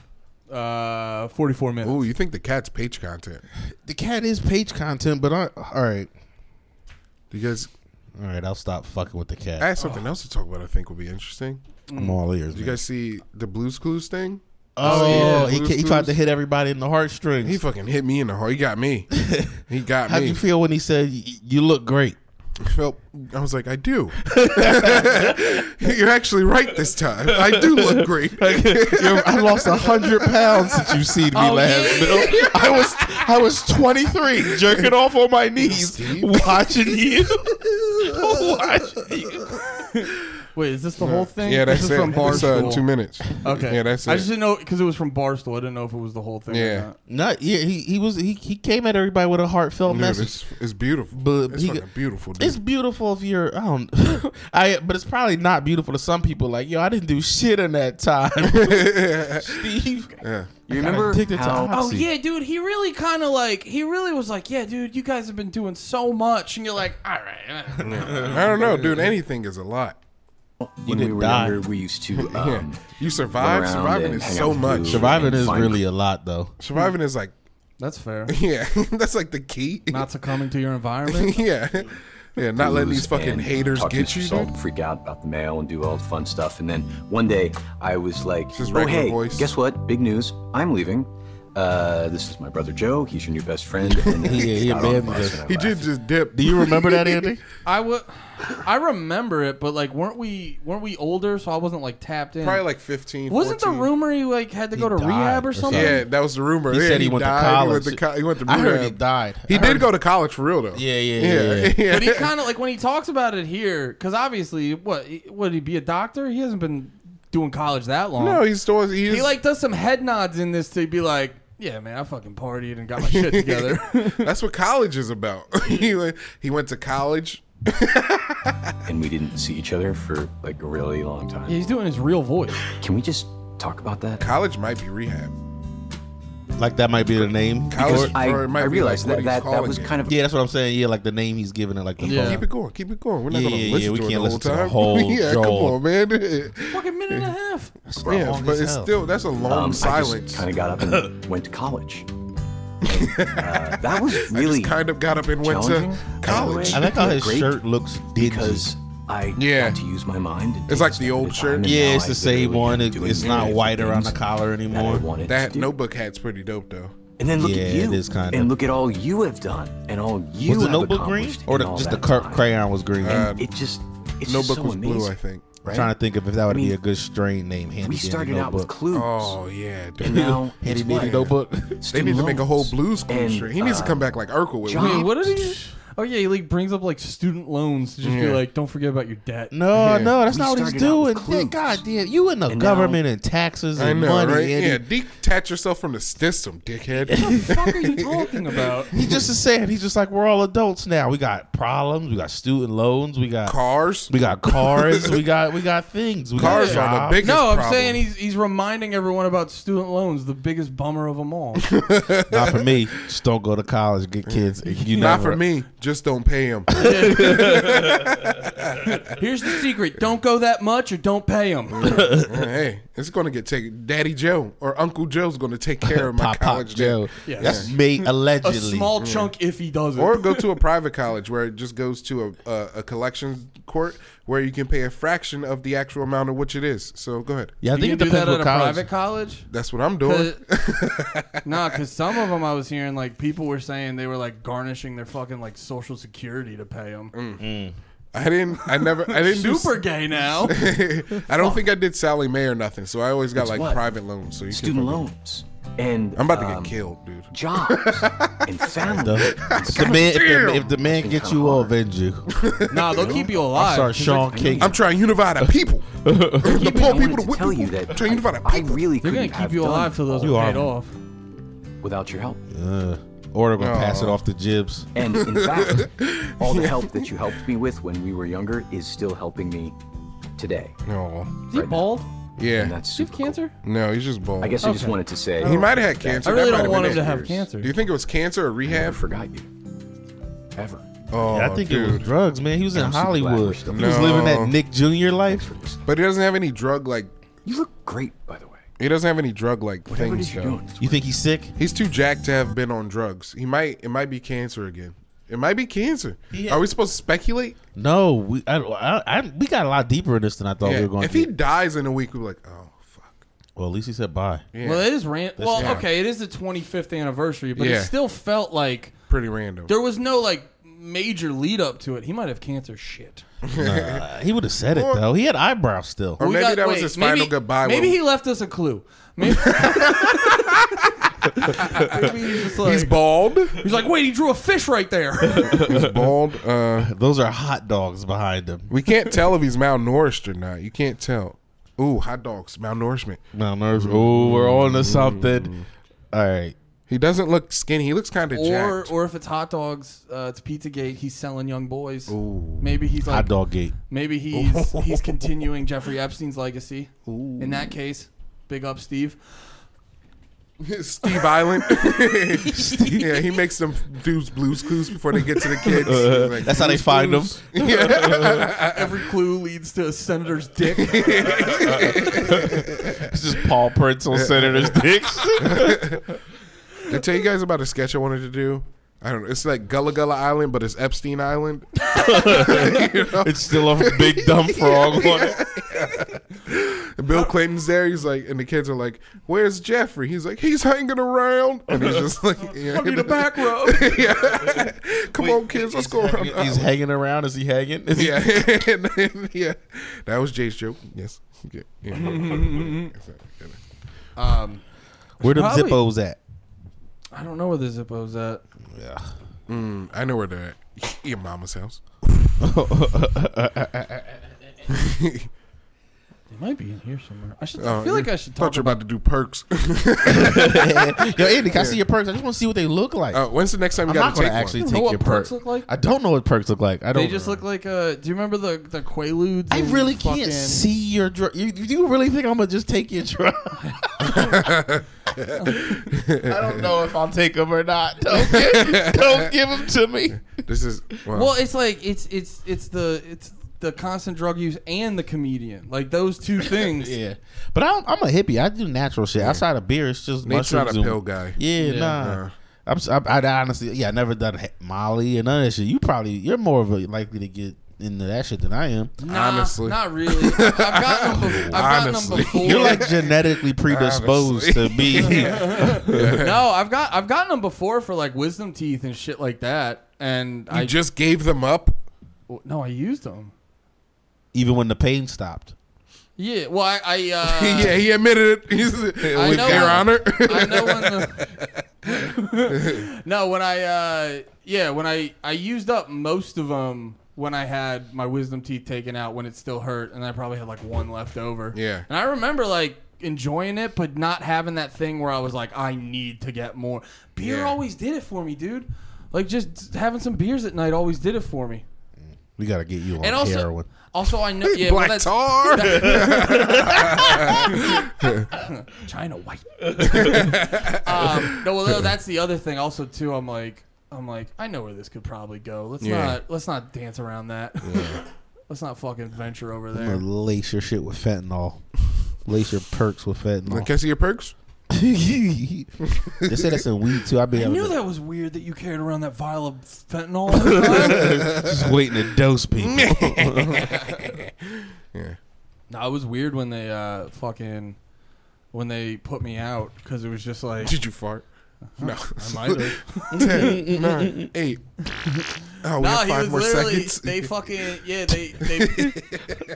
Speaker 3: Uh, 44 minutes.
Speaker 1: Oh, you think the cat's page content?
Speaker 2: The cat is page content, but I, all right,
Speaker 1: Do you guys?
Speaker 2: all right, I'll stop fucking with the cat.
Speaker 1: I had something else to talk about. I think would be interesting.
Speaker 2: I'm all ears.
Speaker 1: Did you
Speaker 2: man.
Speaker 1: guys see the Blues Clues thing?
Speaker 2: oh,
Speaker 1: yeah.
Speaker 2: he, ca- he
Speaker 1: Blues
Speaker 2: tried to
Speaker 1: Clues.
Speaker 2: hit everybody in the heartstrings.
Speaker 1: He fucking hit me in the heart. He got me. He got
Speaker 2: How'd
Speaker 1: me.
Speaker 2: you feel when he said y- you look great?
Speaker 1: felt I was like, I do. You're actually right this time. I do look great.
Speaker 2: You're- I lost hundred pounds since you seen me last. Bill. I was I was 23, jerking off on my knees,
Speaker 1: Steve.
Speaker 2: watching you. watching you.
Speaker 3: Wait, is this the whole thing?
Speaker 1: yeah, that's
Speaker 3: this
Speaker 1: it.
Speaker 3: is from
Speaker 1: It's uh,
Speaker 3: Barstool.
Speaker 1: two minutes.
Speaker 3: okay,
Speaker 1: Yeah, that's it.
Speaker 3: I just didn't know because it was from Barstool. I didn't know if it was the whole thing. or
Speaker 1: Yeah.
Speaker 3: not.
Speaker 2: No, yeah, he, he was he, he came at everybody with a heartfelt
Speaker 1: Dude,
Speaker 2: message.
Speaker 1: it's, it's beautiful.
Speaker 2: But
Speaker 1: it's
Speaker 2: he-
Speaker 1: fucking beautiful, dude.
Speaker 2: It's beautiful if you're I don't I but it's probably not beautiful to some people like, yo, I didn't do shit in that time. Steve
Speaker 1: yeah.
Speaker 4: You remember
Speaker 2: addicted to
Speaker 4: how?
Speaker 2: oxy.
Speaker 3: Oh yeah, dude. He really kind of like he really was like, yeah, dude. You guys have been doing so much, and you're like, all right.
Speaker 1: I don't know, dude. Anything is a lot.
Speaker 4: when we
Speaker 2: didn't
Speaker 4: were
Speaker 2: die.
Speaker 4: younger, we used to
Speaker 1: Yeah.
Speaker 4: um,
Speaker 1: You survive.
Speaker 4: around
Speaker 1: Surviving
Speaker 4: and
Speaker 1: is
Speaker 4: hang
Speaker 1: so
Speaker 4: out with
Speaker 1: much.
Speaker 4: dudes.
Speaker 2: Surviving is
Speaker 4: Fine.
Speaker 2: really a lot though.
Speaker 1: Surviving is like,
Speaker 3: That's fair.
Speaker 1: yeah, that's like the key.
Speaker 3: Not succumbing to your environment.
Speaker 1: yeah. Yeah, not letting these
Speaker 4: lose
Speaker 1: fucking
Speaker 4: and
Speaker 1: haters
Speaker 4: talk to
Speaker 1: get you.
Speaker 4: yourself,
Speaker 1: dude.
Speaker 4: freak out about the mail and do all the fun stuff. And then one day I was like,
Speaker 1: is
Speaker 4: "Oh
Speaker 1: regular
Speaker 4: hey,
Speaker 1: voice.
Speaker 4: guess what? Big news! I'm leaving. Uh, this is my brother Joe. He's your new best friend." And then
Speaker 2: He-
Speaker 4: I
Speaker 2: he
Speaker 4: got on the
Speaker 2: abandoned
Speaker 4: bus
Speaker 2: us.
Speaker 4: and I
Speaker 1: He
Speaker 4: left.
Speaker 1: did just dip.
Speaker 2: Do you remember that, Andy?
Speaker 3: I would. I remember it, but like, weren't we weren't we older? So I wasn't like tapped in.
Speaker 1: Probably like 15.
Speaker 3: Wasn't the
Speaker 1: 14.
Speaker 3: rumor he like had to go to
Speaker 2: died
Speaker 3: rehab
Speaker 2: or
Speaker 3: or something?
Speaker 1: Yeah, that was the rumor.
Speaker 2: He
Speaker 1: yeah,
Speaker 2: said he went to
Speaker 1: died, He went to,
Speaker 2: college.
Speaker 1: co- he went to
Speaker 2: I heard he
Speaker 1: rehab.
Speaker 2: died.
Speaker 1: He
Speaker 2: I
Speaker 1: did
Speaker 2: heard-
Speaker 1: go to college for real though.
Speaker 2: Yeah, yeah, yeah, yeah.
Speaker 3: But he kind of like when he talks about it here, because obviously, what he- would he be a doctor? He hasn't been doing college that long.
Speaker 1: no, he's still he's,
Speaker 3: he like does some head nods in this to be like, yeah, man, I fucking partied and got my shit together.
Speaker 1: that's what college is about. he like, he went to college.
Speaker 4: and we didn't see each other for like a really long time.
Speaker 3: He's doing his real voice.
Speaker 4: Can we just talk about that?
Speaker 1: College might be rehab.
Speaker 2: Like that might be the name.
Speaker 1: College,
Speaker 2: for it?
Speaker 4: I,
Speaker 1: or it might
Speaker 4: I
Speaker 1: be, like,
Speaker 4: realized
Speaker 1: what he's
Speaker 4: that, that that
Speaker 1: calling
Speaker 4: was
Speaker 1: it.
Speaker 4: kind of
Speaker 2: yeah, that's what I'm saying. Yeah, like the name he's giving it, like the
Speaker 3: Yeah.
Speaker 2: phone.
Speaker 1: Keep it going, keep it going. We're not
Speaker 2: Yeah,
Speaker 1: gonna
Speaker 2: yeah,
Speaker 1: listen
Speaker 2: yeah, we
Speaker 1: to it
Speaker 2: can't
Speaker 1: the whole
Speaker 2: listen to the
Speaker 1: time.
Speaker 2: whole
Speaker 1: yeah, come
Speaker 2: show.
Speaker 1: on, man.
Speaker 3: Fucking minute and a half.
Speaker 1: yeah, but it's still that's a long
Speaker 4: um, I
Speaker 1: silence.
Speaker 4: just kind of got up and went to college. Uh, that was really
Speaker 1: kind of got up and went to
Speaker 4: Challenging?
Speaker 1: college.
Speaker 2: I like how
Speaker 4: Yeah,
Speaker 2: his
Speaker 4: great,
Speaker 2: shirt looks dingy.
Speaker 4: because I
Speaker 1: Yeah.
Speaker 4: got to use my mind. and
Speaker 1: It's
Speaker 4: take
Speaker 1: like
Speaker 4: a
Speaker 1: the
Speaker 4: step
Speaker 1: old
Speaker 4: at a
Speaker 1: shirt.
Speaker 4: time, and
Speaker 2: yeah,
Speaker 4: now
Speaker 2: it's
Speaker 4: I
Speaker 2: the same
Speaker 4: literally
Speaker 2: one.
Speaker 4: am
Speaker 2: It,
Speaker 4: doing
Speaker 2: it's not
Speaker 4: the
Speaker 2: white around the
Speaker 4: things
Speaker 2: collar
Speaker 4: that I
Speaker 2: anymore.
Speaker 4: wanted
Speaker 1: That
Speaker 4: to do.
Speaker 1: notebook hat's pretty dope though.
Speaker 4: And then look
Speaker 2: Yeah,
Speaker 4: at
Speaker 2: it
Speaker 4: you.
Speaker 2: is kind
Speaker 4: and
Speaker 2: of-
Speaker 4: look at all you have done and all you
Speaker 2: was the
Speaker 4: have
Speaker 2: notebook green
Speaker 4: accomplished
Speaker 2: or
Speaker 4: in
Speaker 2: the,
Speaker 4: all
Speaker 2: just the
Speaker 4: that
Speaker 2: cur-
Speaker 4: time.
Speaker 2: crayon was green?
Speaker 1: Uh,
Speaker 4: It just it's
Speaker 1: Notebook
Speaker 4: just so
Speaker 1: was blue,
Speaker 4: amazing,
Speaker 1: I think.
Speaker 4: Right?
Speaker 2: I'm trying to think if that would
Speaker 4: I
Speaker 2: be
Speaker 4: mean,
Speaker 2: a good strain name. Handy
Speaker 4: we
Speaker 2: Dandy
Speaker 4: started out with
Speaker 2: Notebook.
Speaker 4: clues.
Speaker 1: Oh yeah,
Speaker 4: And
Speaker 1: dude.
Speaker 4: now
Speaker 2: Handy
Speaker 4: it's
Speaker 2: Dandy
Speaker 4: what?
Speaker 2: Notebook.
Speaker 1: They
Speaker 4: Student
Speaker 1: need to make a whole
Speaker 4: loans.
Speaker 1: blues clues
Speaker 4: And,
Speaker 1: straight. He needs to
Speaker 4: uh,
Speaker 1: come back like Urkel with
Speaker 4: John-
Speaker 3: Wait,
Speaker 1: weed.
Speaker 3: what did he? Oh yeah, he like brings up like student loans to just be like, don't forget about your debt.
Speaker 2: no, no, that's
Speaker 4: We
Speaker 2: not what he's
Speaker 4: started out
Speaker 2: doing.
Speaker 4: with
Speaker 2: Yeah,
Speaker 4: clues.
Speaker 2: God damn, you and the
Speaker 4: And now-
Speaker 2: government and taxes
Speaker 1: I
Speaker 2: and
Speaker 1: know,
Speaker 2: money.
Speaker 1: right?
Speaker 2: Andy.
Speaker 1: Yeah, detach yourself from the system, dickhead.
Speaker 3: What the fuck are you talking about?
Speaker 2: He just is saying he's just like we're all adults now. We got problems. We got student loans. We got
Speaker 1: Cars.
Speaker 2: we got cars. we got we got things. We
Speaker 1: Cars
Speaker 2: got
Speaker 1: are the
Speaker 2: jobs.
Speaker 1: biggest
Speaker 3: No, I'm
Speaker 1: problem.
Speaker 3: saying he's he's reminding everyone about student loans, the biggest bummer of them all.
Speaker 2: Not for me. Just don't go to college. Get kids. You
Speaker 1: Not
Speaker 2: never-
Speaker 1: for me. Just don't pay him.
Speaker 3: Here's the secret: don't go that much or don't pay them.
Speaker 1: hey, it's gonna get taken. Daddy Joe or Uncle Joe's gonna take care of my
Speaker 2: Pop Pop
Speaker 1: college
Speaker 2: Joe.
Speaker 1: debt.
Speaker 3: Yeah.
Speaker 2: That's made
Speaker 3: A
Speaker 2: allegedly.
Speaker 3: small chunk if he doesn't.
Speaker 1: Or go to a private college where it just goes to a, a, a collection court where you can pay a fraction of the actual amount of which it is. So go ahead.
Speaker 2: yeah, I
Speaker 3: you
Speaker 2: think
Speaker 3: can
Speaker 2: it
Speaker 3: do
Speaker 2: depends
Speaker 3: that at
Speaker 2: what
Speaker 3: a
Speaker 2: college.
Speaker 3: private college.
Speaker 1: That's what I'm doing.
Speaker 3: Cause- nah, because some of them I was hearing like people were saying they were like garnishing their fucking like social security to pay them.
Speaker 1: I didn't. I never. I didn't
Speaker 3: Super
Speaker 1: do.
Speaker 3: gay now.
Speaker 1: I don't think I did Sally Mae or nothing. So I always got like
Speaker 4: what?
Speaker 1: private loans. So you
Speaker 4: student
Speaker 1: can fucking-
Speaker 4: loans and
Speaker 1: I'm about to
Speaker 4: um,
Speaker 1: get killed, dude.
Speaker 4: Jobs and family.
Speaker 2: The,
Speaker 4: and
Speaker 2: the
Speaker 4: stuff.
Speaker 2: man, if, the, if the man gets you, will avenge you.
Speaker 3: nah, they'll keep you alive.
Speaker 2: I'm sorry,
Speaker 3: 'cause
Speaker 2: Sean
Speaker 3: they're-
Speaker 2: King.
Speaker 1: I'm trying to unify the people, the
Speaker 4: I
Speaker 1: poor
Speaker 4: wanted
Speaker 1: people, the
Speaker 4: to
Speaker 1: whip
Speaker 4: tell
Speaker 1: people.
Speaker 4: you that
Speaker 1: I'm trying to unify the
Speaker 4: I, I
Speaker 1: people.
Speaker 4: really
Speaker 3: They're gonna
Speaker 4: couldn't have
Speaker 3: keep you
Speaker 4: done
Speaker 3: alive till those
Speaker 2: You
Speaker 3: are
Speaker 2: are.
Speaker 3: paid off.
Speaker 4: without your help.
Speaker 2: Or they're gonna pass it off to Jibs.
Speaker 4: And in fact, all the help that you helped me with when we were younger is still helping me today.
Speaker 1: No.
Speaker 3: Is he
Speaker 4: Right now.
Speaker 3: bald?
Speaker 4: And
Speaker 1: Yeah.
Speaker 4: that's
Speaker 3: Does he have
Speaker 4: super cool.
Speaker 3: cancer?
Speaker 1: No, he's just bald.
Speaker 4: I guess I just
Speaker 3: Okay.
Speaker 4: wanted to say
Speaker 2: Oh.
Speaker 1: he might have had
Speaker 4: that
Speaker 1: cancer.
Speaker 3: I
Speaker 1: That
Speaker 3: really
Speaker 1: might
Speaker 3: don't
Speaker 1: been
Speaker 3: want him
Speaker 1: it.
Speaker 3: to have
Speaker 4: years.
Speaker 3: cancer.
Speaker 1: Do you think it was cancer or
Speaker 4: I
Speaker 1: rehab?
Speaker 4: forgot you. ever.
Speaker 1: Oh,
Speaker 2: I think
Speaker 1: dude.
Speaker 2: it was drugs, man. He was in
Speaker 4: I'm super glad we're
Speaker 2: Hollywood.
Speaker 4: still
Speaker 2: He was living
Speaker 1: No.
Speaker 2: that Nick Jr. life.
Speaker 1: But he doesn't have any drug like.
Speaker 4: You look great, by the way.
Speaker 1: He doesn't have any drug like
Speaker 4: Whatever it
Speaker 1: things
Speaker 4: is you're
Speaker 1: though.
Speaker 4: doing, it's
Speaker 2: You think he's sick?
Speaker 1: He's too jacked to have been on drugs. He might. It might be cancer again. It might be cancer. Are we supposed to speculate?
Speaker 2: No, we I, I, I, we got a lot deeper in this than I thought we
Speaker 1: Yeah.
Speaker 2: Oh, were going.
Speaker 1: If
Speaker 2: to.
Speaker 1: he dies in a week, we're like, oh fuck.
Speaker 2: well, at least he said bye.
Speaker 1: Yeah.
Speaker 3: Well, it is ran. Well,
Speaker 1: yeah.
Speaker 3: okay, it is the 25th anniversary, but
Speaker 1: Yeah.
Speaker 3: it still felt like
Speaker 1: Pretty random.
Speaker 3: there was no like major lead up to it. He might have cancer. Shit.
Speaker 2: Nah, Uh, he would have said it though. He had eyebrows still.
Speaker 1: Or
Speaker 3: We
Speaker 1: maybe
Speaker 3: got-
Speaker 1: that was
Speaker 3: wait,
Speaker 1: his
Speaker 3: maybe-
Speaker 1: final goodbye.
Speaker 3: Maybe
Speaker 1: when-
Speaker 3: he left us a clue. Maybe, Maybe he's just like
Speaker 1: he's
Speaker 3: he's,
Speaker 1: bald.
Speaker 3: like, wait, he drew a fish right there.
Speaker 1: he's bald. Uh,
Speaker 2: Those are hot dogs behind him.
Speaker 1: we can't tell if he's malnourished or not. You can't tell. Ooh, hot dogs, malnourishment.
Speaker 2: No nerves. Oh, we're on to something. All right.
Speaker 1: He doesn't look skinny. He looks kind of
Speaker 3: or
Speaker 1: jacked.
Speaker 3: or if it's hot dogs, uh, it's PizzaGate. He's selling young boys. Maybe he's like
Speaker 2: Hot dog gate.
Speaker 3: Maybe he's he's continuing Jeffrey Epstein's legacy. In that case, big up Steve.
Speaker 1: Steve Island. yeah, he makes them dudes blues clues before they get to the kids. He's like,
Speaker 2: Uh-huh. That's how they
Speaker 1: "Blues
Speaker 2: find them.
Speaker 1: Clues." Yeah.
Speaker 3: Every clue leads to a senator's dick.
Speaker 2: It's just Paul Prince on Senator's dicks.
Speaker 1: Did I tell you guys about a sketch I wanted to do? I don't know. It's like Gullah Gullah Island, but it's Epstein Island.
Speaker 2: it's still a big dumb frog. on it.
Speaker 1: And Bill Clinton's there. He's like, and the kids are like, "Where's Jeffrey?" He's like, "He's hanging around." And he's just like, yeah.
Speaker 3: I need a back rub.
Speaker 1: yeah. Come on, Oh, kids, let's go. around.
Speaker 2: He's hanging around. Is he hanging? Is he-
Speaker 1: yeah, And then, yeah. That was Jay's joke. Yes. Yeah. yeah.
Speaker 3: Um,
Speaker 2: Where them
Speaker 3: Probably.
Speaker 2: Zippos at?
Speaker 3: I don't know where the Zippo's at.
Speaker 2: Yeah.
Speaker 1: Mm, I know where they're at. Your mama's house.
Speaker 3: They might be in here somewhere. I should.
Speaker 1: Oh,
Speaker 3: I feel like
Speaker 1: yeah.
Speaker 3: I should
Speaker 1: Thought
Speaker 3: talk
Speaker 1: you were
Speaker 3: about.
Speaker 1: about to do perks.
Speaker 2: Yo, Andy, can I see your perks? I just want to see what they look like.
Speaker 1: uh, when's the next time you
Speaker 2: I'm
Speaker 1: got
Speaker 2: not
Speaker 1: to
Speaker 2: going
Speaker 1: take
Speaker 2: to actually
Speaker 1: one?
Speaker 3: You
Speaker 2: take
Speaker 3: know what
Speaker 2: your perks.
Speaker 3: perks look like?
Speaker 2: I don't know what perks look like. I don't.
Speaker 3: They just look like. Uh, do you remember the the Quaaludes?
Speaker 2: I
Speaker 3: and
Speaker 2: really can't
Speaker 3: fucking-
Speaker 2: see your drug. You, do you really think I'm gonna just take your drug? I don't know if I'll take them or not. Don't give, don't give them to me.
Speaker 1: This is well,
Speaker 3: Well, it's like it's it's it's the it's the constant drug use and the comedian. Like those two things.
Speaker 2: Yeah, but I'm, I'm a hippie. I do natural shit. Outside of beer, it's just
Speaker 1: Nate's not
Speaker 2: mushrooms.
Speaker 1: a
Speaker 2: and-
Speaker 1: pill guy.
Speaker 2: Yeah,
Speaker 3: Yeah.
Speaker 2: nah.
Speaker 1: Nah.
Speaker 2: I'm, s- I, I honestly, yeah, I never done he- Molly and none of that shit. You probably, you're more of a likely to get into that shit than I am.
Speaker 3: Nah,
Speaker 1: Honestly.
Speaker 3: not really. I've gotten them, bef- I've gotten them
Speaker 1: Honestly.
Speaker 3: before.
Speaker 2: You're like genetically predisposed to be.
Speaker 3: no, I've got I've gotten them before for like wisdom teeth and shit like that. And
Speaker 1: You
Speaker 3: I
Speaker 1: just gave them up.
Speaker 3: no, I used them.
Speaker 2: even when the pain stopped.
Speaker 3: Yeah, well, I I, uh,
Speaker 1: yeah, he admitted it. He's, uh, with
Speaker 3: know
Speaker 1: your
Speaker 3: I-
Speaker 1: honor.
Speaker 3: I know when. The, no, when I uh, yeah, when I I used up most of them when I had my wisdom teeth taken out when it still hurt, and I probably had like one left over.
Speaker 1: Yeah.
Speaker 3: and I remember like enjoying it, but not having that thing where I was like, I need to get more. Beer
Speaker 1: Yeah.
Speaker 3: always did it for me, dude. Like just having some beers at night always did it for me.
Speaker 2: We gotta get you on
Speaker 3: And also,
Speaker 2: heroin.
Speaker 3: also I know yeah, well,
Speaker 1: Black
Speaker 3: that's
Speaker 1: tar.
Speaker 3: China white. um, no, well, no, that's the other thing. Also, too, I'm like, I'm like, I know where this could probably go. Let's
Speaker 1: Yeah.
Speaker 3: not, let's not dance around that. let's not fucking venture over
Speaker 2: I'm gonna
Speaker 3: there.
Speaker 2: lace your shit with fentanyl. Lace your perks with fentanyl.
Speaker 1: Can I see your perks?
Speaker 2: they said that's in weed too. I've been
Speaker 3: I knew that was weird that you carried around that vial of fentanyl. all the time.
Speaker 2: just waiting to dose people.
Speaker 1: Yeah.
Speaker 3: no, it was weird when they uh, fucking when they put me out because it was just like
Speaker 1: Did you fart? No.
Speaker 3: Uh-huh. I might have.
Speaker 1: Ten, nine, eight. Oh, we
Speaker 3: No,
Speaker 1: have
Speaker 3: he was
Speaker 1: five more
Speaker 3: literally.
Speaker 1: seconds.
Speaker 3: They fucking yeah. They they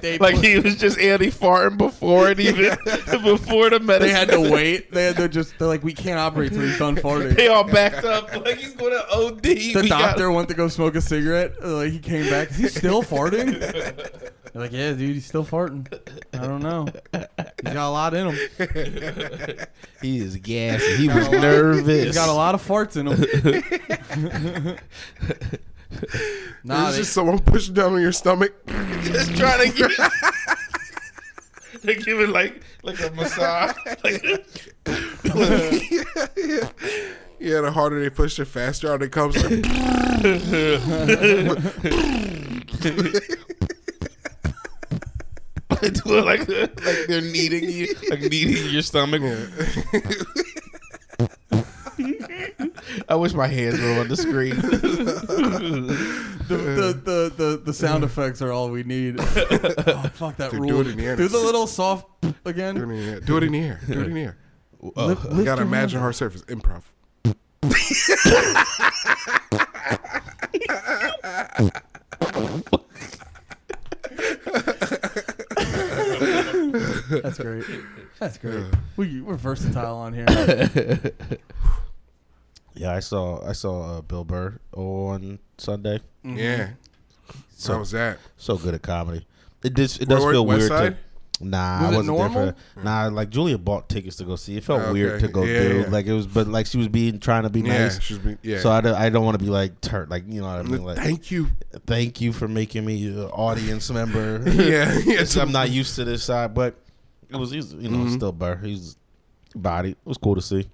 Speaker 3: they
Speaker 2: like
Speaker 3: put-
Speaker 2: he was just anti farting before it even before the medicine.
Speaker 3: They had to wait. They had to just. They're like, we can't operate till he's done farting.
Speaker 2: They all backed up like he's going to OD.
Speaker 3: the doctor went to go smoke a cigarette. uh, Like he came back. Is he still farting? They're like, yeah, dude, he's still farting. I don't know. He's got a lot in him.
Speaker 2: he is gassy. He was nervous.
Speaker 3: He's got a lot of farts in him. nah,
Speaker 1: It's
Speaker 3: they,
Speaker 1: just someone pushing down on your stomach.
Speaker 2: just trying to give. they give it like like a massage.
Speaker 1: yeah, the harder they push, the faster out it comes. Like,
Speaker 2: Do it like like they're kneading you, like kneading your stomach. I wish my hands were on the screen.
Speaker 3: The, the, the, the, the sound effects are all we need. oh, fuck that
Speaker 1: Dude, do
Speaker 3: rule.
Speaker 1: it in the air.
Speaker 3: Do the little soft again.
Speaker 1: Do it in the air. Do it in the air. Do it in the air.
Speaker 2: Uh,
Speaker 3: Lift-
Speaker 1: You
Speaker 3: lift
Speaker 1: gotta
Speaker 3: your
Speaker 1: imagine
Speaker 3: hand.
Speaker 1: hard surface. Improv.
Speaker 3: That's great. That's great. We, we're versatile on here.
Speaker 2: yeah, I saw I saw uh, Bill Burr on Sunday.
Speaker 3: Mm-hmm.
Speaker 1: Yeah. So
Speaker 2: So-
Speaker 1: How was that?
Speaker 2: So good at comedy. It does it does
Speaker 1: Where-
Speaker 2: feel
Speaker 1: West
Speaker 2: weird.
Speaker 1: Side?
Speaker 2: To, nah, I
Speaker 3: Was it
Speaker 2: wasn't there
Speaker 3: normal?
Speaker 2: for. Nah, like Julia bought tickets to go see. It felt
Speaker 1: Okay,
Speaker 2: weird to go
Speaker 1: yeah,
Speaker 2: do.
Speaker 1: yeah.
Speaker 2: Like it was, but like she was being trying to be
Speaker 1: Yeah,
Speaker 2: nice.
Speaker 1: she's been. Yeah.
Speaker 2: So I don't, I don't want to be like turned like you know what I mean like
Speaker 1: Thank you.
Speaker 2: thank you for making me an audience member.
Speaker 1: Yeah. Yeah. Mm-hmm.
Speaker 2: It's- I'm not used to this side, but it was he's you know still Burr. He's body. It was cool to see.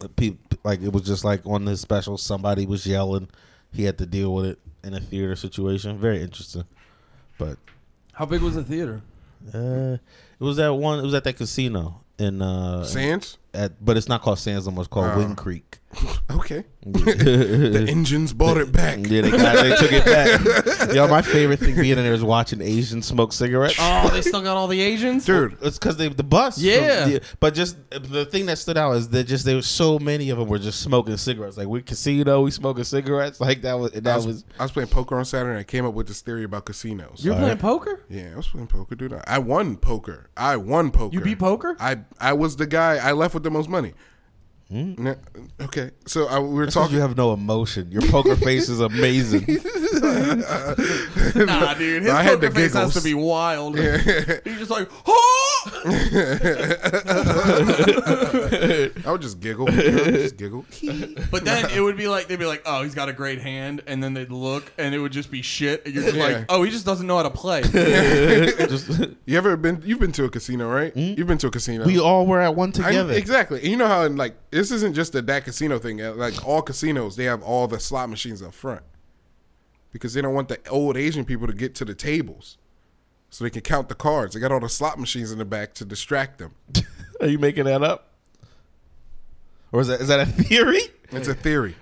Speaker 2: The peop- Like it was just like on his special, somebody was yelling. He had to deal with it in a theater situation. Very interesting, but
Speaker 3: How big was the theater?
Speaker 2: uh, it was that one. It was at that casino in uh,
Speaker 1: Sands.
Speaker 2: at, but it's not called Sands anymore. It's called
Speaker 1: Oh.
Speaker 2: Wind Creek.
Speaker 1: Okay. the engines bought it back.
Speaker 2: Yeah, they, got, they took it back. Yo, my favorite thing being in there is watching Asians smoke cigarettes.
Speaker 3: Oh, they still got all the Asians?
Speaker 1: Dude,
Speaker 2: It's because they the bus. from-
Speaker 3: Yeah.
Speaker 2: the- but just the thing that stood out is that just there was so many of them were just smoking cigarettes. Like we casino, we smoking cigarettes. Like that was
Speaker 1: I
Speaker 2: that
Speaker 1: was,
Speaker 2: was.
Speaker 1: I was playing poker on Saturday and I came up with this theory about casinos.
Speaker 3: You're playing poker?
Speaker 1: yeah, I was playing poker, dude. I won poker. I won poker.
Speaker 3: You beat poker?
Speaker 1: I I was the guy. I left with the most money.
Speaker 2: Hmm?
Speaker 1: No, okay, so I, we were
Speaker 2: Because
Speaker 1: talking.
Speaker 2: you have no emotion. Your poker face is amazing.
Speaker 3: Nah, dude. His
Speaker 1: I had the
Speaker 3: poker face has to
Speaker 1: giggles.
Speaker 3: be wild. He's just like, oh!
Speaker 1: I would just giggle, you know, just giggle.
Speaker 3: But then it would be like, they'd be like, oh, he's got a great hand. And then they'd look and it would just be shit. And you're just
Speaker 1: Yeah.
Speaker 3: like, oh, he just doesn't know how to play.
Speaker 2: Just-
Speaker 1: You ever been? You've been to a casino, right? You've been to a casino.
Speaker 2: Hmm? we all were at one
Speaker 1: I-
Speaker 2: together.
Speaker 1: exactly. And you know how in, like this isn't just a that casino thing. Uh, Like all casinos, they have all the slot machines up front because they don't want the old Asian people to get to the tables. So they can count the cards. They got all the slot machines in the back to distract them.
Speaker 2: Are you making that up? Or is that is that a theory?
Speaker 1: It's a theory.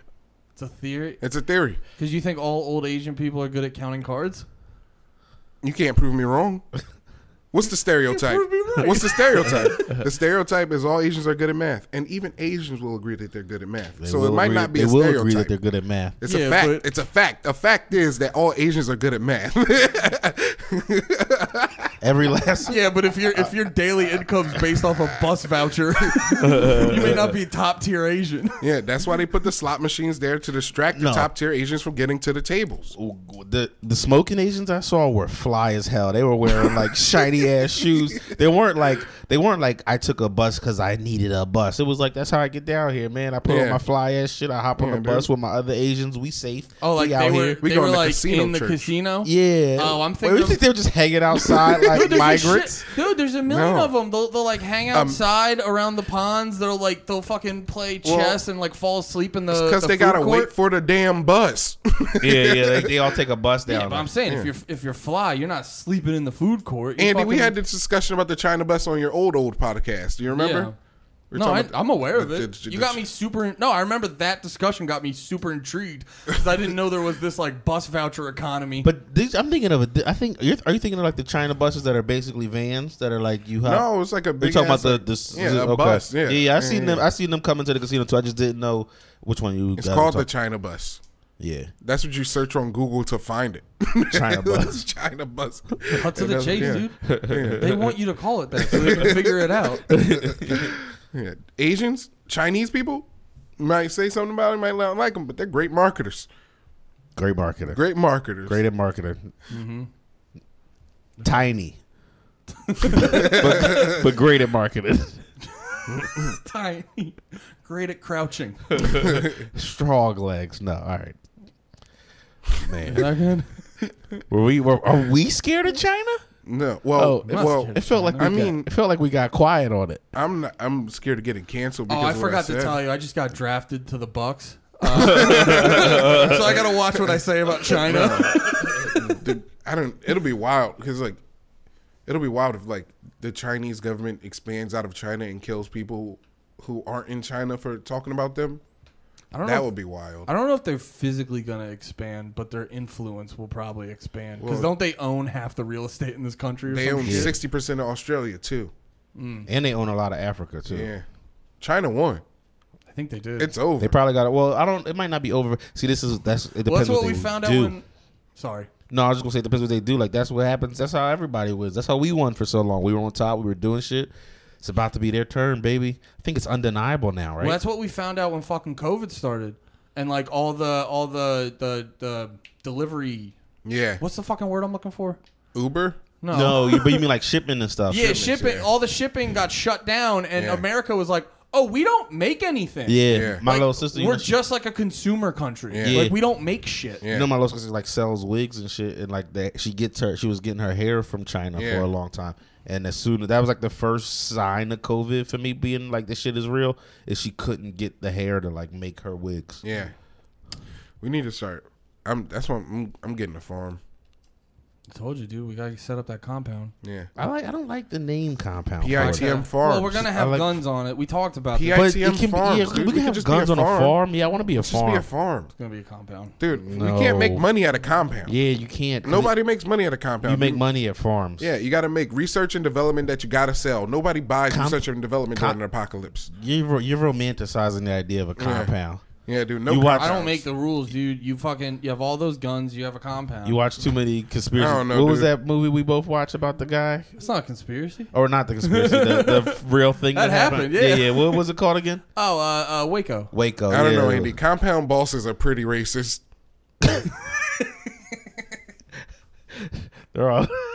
Speaker 3: it's a theory.
Speaker 1: It's a theory.
Speaker 3: Because you think all old Asian people are good at counting cards?
Speaker 1: You can't prove me wrong. What's the stereotype?
Speaker 3: You proved me right.
Speaker 1: What's the stereotype? the stereotype is all Asians are good at math, and even Asians will agree that they're good at math.
Speaker 2: They
Speaker 1: so it
Speaker 2: will
Speaker 1: might
Speaker 2: agree-
Speaker 1: not be
Speaker 2: They
Speaker 1: a
Speaker 2: will
Speaker 1: stereotype.
Speaker 2: agree that they're good at math.
Speaker 1: It's
Speaker 3: Yeah,
Speaker 1: a fact.
Speaker 3: but-
Speaker 1: It's a fact. A fact is that all Asians are good at math.
Speaker 2: Every last
Speaker 3: Yeah, but if your if your daily income's based off a bus voucher, you may not be top tier Asian.
Speaker 1: yeah, that's why they put the slot machines there to distract the
Speaker 2: No.
Speaker 1: top tier Asians from getting to the tables.
Speaker 3: Uh,
Speaker 2: the the smoking Asians I saw were fly as hell. They were wearing like shiny ass shoes. They weren't like they weren't like I took a bus because I needed a bus. It was like that's how I get down here, man. I put on
Speaker 1: Yeah.
Speaker 2: my fly ass shit. I hop on
Speaker 1: Yeah,
Speaker 2: the bus
Speaker 1: dude.
Speaker 2: with my other Asians. We safe.
Speaker 3: Oh, like
Speaker 2: we
Speaker 3: they
Speaker 2: out
Speaker 3: were
Speaker 2: here.
Speaker 1: We
Speaker 3: they
Speaker 1: go
Speaker 3: were
Speaker 1: in the
Speaker 3: like
Speaker 1: casino
Speaker 3: in the
Speaker 1: church.
Speaker 3: casino.
Speaker 2: Yeah.
Speaker 3: Oh, I'm
Speaker 2: Wait,
Speaker 3: thinking
Speaker 2: you
Speaker 3: of-
Speaker 2: think they were just hanging outside like
Speaker 3: Dude, there's this
Speaker 2: migrants?
Speaker 3: shit- dude, there's a million
Speaker 1: No. Um,
Speaker 3: of them. They'll, they'll like hang outside around the ponds. They'll like they'll fucking play
Speaker 1: Well,
Speaker 3: chess and like fall asleep in the
Speaker 1: Because
Speaker 3: the
Speaker 1: they
Speaker 3: food
Speaker 1: gotta
Speaker 3: court.
Speaker 1: wait for the damn bus.
Speaker 2: yeah, yeah. They, they all take a bus down.
Speaker 3: Yeah, but
Speaker 2: there.
Speaker 3: I'm saying if you're if you're fly, you're not sleeping in the food court. You're
Speaker 1: Andy, we
Speaker 3: fucking-
Speaker 1: had this discussion about the China bus on your old old podcast. Do you remember?
Speaker 3: Yeah.
Speaker 1: We were
Speaker 3: no,
Speaker 1: talking
Speaker 3: I,
Speaker 1: about-
Speaker 3: I'm aware of
Speaker 1: the-
Speaker 3: it.
Speaker 1: the-
Speaker 3: you
Speaker 1: the-
Speaker 3: got me super. No, I remember that discussion got me super intrigued because I didn't know there was this like bus voucher economy.
Speaker 2: But these, I'm thinking of it. I think you're, are you thinking of like the China buses that are basically vans that are like you have.
Speaker 1: No, it's like a
Speaker 2: You're
Speaker 1: big.
Speaker 2: talking
Speaker 1: ass,
Speaker 2: about the,
Speaker 1: like-
Speaker 2: the
Speaker 1: yeah,
Speaker 2: the-
Speaker 1: a
Speaker 2: okay.
Speaker 1: bus. Yeah,
Speaker 2: yeah, I seen them. I seen them coming to the casino too. I just didn't know which one you.
Speaker 1: It's
Speaker 2: guys
Speaker 1: called
Speaker 2: were
Speaker 1: the
Speaker 2: talking-
Speaker 1: China bus.
Speaker 2: yeah.
Speaker 1: That's what you search on Google to find it.
Speaker 2: China bus.
Speaker 1: China bus.
Speaker 3: Cut to the
Speaker 1: That's-
Speaker 3: chase,
Speaker 1: yeah.
Speaker 3: dude. They want you to call it that so they can figure it out.
Speaker 1: Yeah. Asians, Chinese people might say something about it, might not like them, but they're great marketers.
Speaker 2: Great marketer. Great,
Speaker 1: Great marketers.
Speaker 2: at marketing.
Speaker 3: Mm-hmm.
Speaker 2: Tiny. but, but great at marketing.
Speaker 3: Tiny, great at crouching.
Speaker 2: Strong legs. No, all right. Man,
Speaker 3: Second.
Speaker 2: were we? Were, are we scared of China?
Speaker 1: No, well,
Speaker 2: Oh, it
Speaker 1: well,
Speaker 2: It felt like we
Speaker 1: I
Speaker 2: got-
Speaker 1: mean-
Speaker 2: it felt like we got quiet on it.
Speaker 1: I'm not, I'm scared of getting canceled.
Speaker 3: Oh,
Speaker 1: Because
Speaker 3: I
Speaker 1: of
Speaker 3: forgot
Speaker 1: what I
Speaker 3: to
Speaker 1: said.
Speaker 3: tell you. I just got drafted to the Bucks. Uh, so I gotta watch what I say about China.
Speaker 1: the, I don't. It'll be wild because like, it'll be wild if like the Chinese government expands out of China and kills people who aren't in China for talking about them.
Speaker 3: I don't
Speaker 1: That
Speaker 3: know.
Speaker 1: would be wild.
Speaker 3: I don't know if they're physically gonna expand, but their influence will probably expand. Because
Speaker 1: Well-
Speaker 3: don't they own half the real estate in this country? Or
Speaker 1: They
Speaker 3: some
Speaker 1: own
Speaker 3: shit?
Speaker 1: sixty percent of Australia too.
Speaker 3: Mm.
Speaker 2: and they own a lot of Africa too.
Speaker 1: Yeah, China won.
Speaker 3: I think they do.
Speaker 1: It's over.
Speaker 2: They probably got it. Well, I don't. It might not be over. See, this is that's. It
Speaker 3: well,
Speaker 2: depends.
Speaker 3: that's what
Speaker 2: what
Speaker 3: we
Speaker 2: they
Speaker 3: found
Speaker 2: do.
Speaker 3: out when. Sorry.
Speaker 2: No, I was just gonna say it depends what they do. Like that's what happens. That's how everybody was. That's how we won for so long. We were on top. We were doing shit. It's about to be their turn, baby. I think it's undeniable now, right?
Speaker 3: Well, that's what we found out when fucking COVID started, and like all the all the the the delivery.
Speaker 1: yeah,
Speaker 3: What's the fucking word I'm looking for?
Speaker 1: Uber.
Speaker 3: No.
Speaker 2: no, you, but you mean like shipping and stuff.
Speaker 3: Yeah,
Speaker 1: shipments,
Speaker 3: shipping.
Speaker 1: yeah.
Speaker 3: All the shipping got shut down, and
Speaker 1: Yeah.
Speaker 3: America was like, "Oh, we don't make anything.
Speaker 2: Yeah.
Speaker 1: Yeah.
Speaker 2: My
Speaker 3: Like,
Speaker 2: little sister. you
Speaker 3: We're
Speaker 2: know, she-
Speaker 3: just like a consumer country.
Speaker 1: Yeah.
Speaker 3: Like we don't make shit."
Speaker 1: Yeah.
Speaker 2: You know, my little sister like sells wigs and shit, and like that she gets her. She was getting her hair from China
Speaker 1: Yeah.
Speaker 2: for a long time, and as soon that was like the first sign of COVID for me being like this shit is real, is she couldn't get the hair to like make her wigs.
Speaker 1: Yeah, we need to start. I'm. That's why I'm. I'm getting a farm.
Speaker 3: I told you, dude. We gotta set up that compound.
Speaker 1: Yeah,
Speaker 2: I like. I don't like the name compound.
Speaker 1: PITM
Speaker 3: Yeah.
Speaker 1: farms.
Speaker 3: Well, we're gonna have
Speaker 2: I like-
Speaker 3: guns on it. We talked about
Speaker 1: P-
Speaker 3: this.
Speaker 2: But
Speaker 1: ITM
Speaker 2: it can, be-
Speaker 1: farms,
Speaker 2: yeah,
Speaker 1: dude.
Speaker 2: we
Speaker 1: We
Speaker 2: can
Speaker 1: could
Speaker 2: have
Speaker 1: just be
Speaker 2: guns
Speaker 1: a
Speaker 2: on a
Speaker 1: farm.
Speaker 2: farm. Yeah, I want to be a
Speaker 1: It's just
Speaker 2: farm.
Speaker 1: be a farm,
Speaker 3: It's gonna be a compound.
Speaker 1: dude. We can't make
Speaker 2: No.
Speaker 1: money at a compound.
Speaker 2: Yeah, you can't. 'cause
Speaker 1: Nobody makes money at a compound.
Speaker 2: You make money at farms.
Speaker 1: Yeah, you got to make research and development that you got to sell. Nobody buys
Speaker 2: Com-
Speaker 1: research and development
Speaker 2: com-
Speaker 1: during an apocalypse.
Speaker 2: You're, ro- you're romanticizing the idea of a compound.
Speaker 1: Yeah, dude. No,
Speaker 2: You watch-
Speaker 3: I
Speaker 1: compounds.
Speaker 3: don't make the rules, dude. You fucking you have all those guns. You have a compound.
Speaker 2: You watch too many conspiracy.
Speaker 1: I don't know,
Speaker 2: what was
Speaker 1: dude.
Speaker 2: that movie we both watched about the guy?
Speaker 3: it's not a conspiracy.
Speaker 2: Or not the conspiracy, the, the real thing that,
Speaker 3: That happened, yeah.
Speaker 2: yeah, What was it called again?
Speaker 3: Oh, uh, uh, Waco.
Speaker 2: Waco.
Speaker 1: I don't
Speaker 2: yeah.
Speaker 1: know, Andy. Compound bosses are pretty racist.
Speaker 2: They're all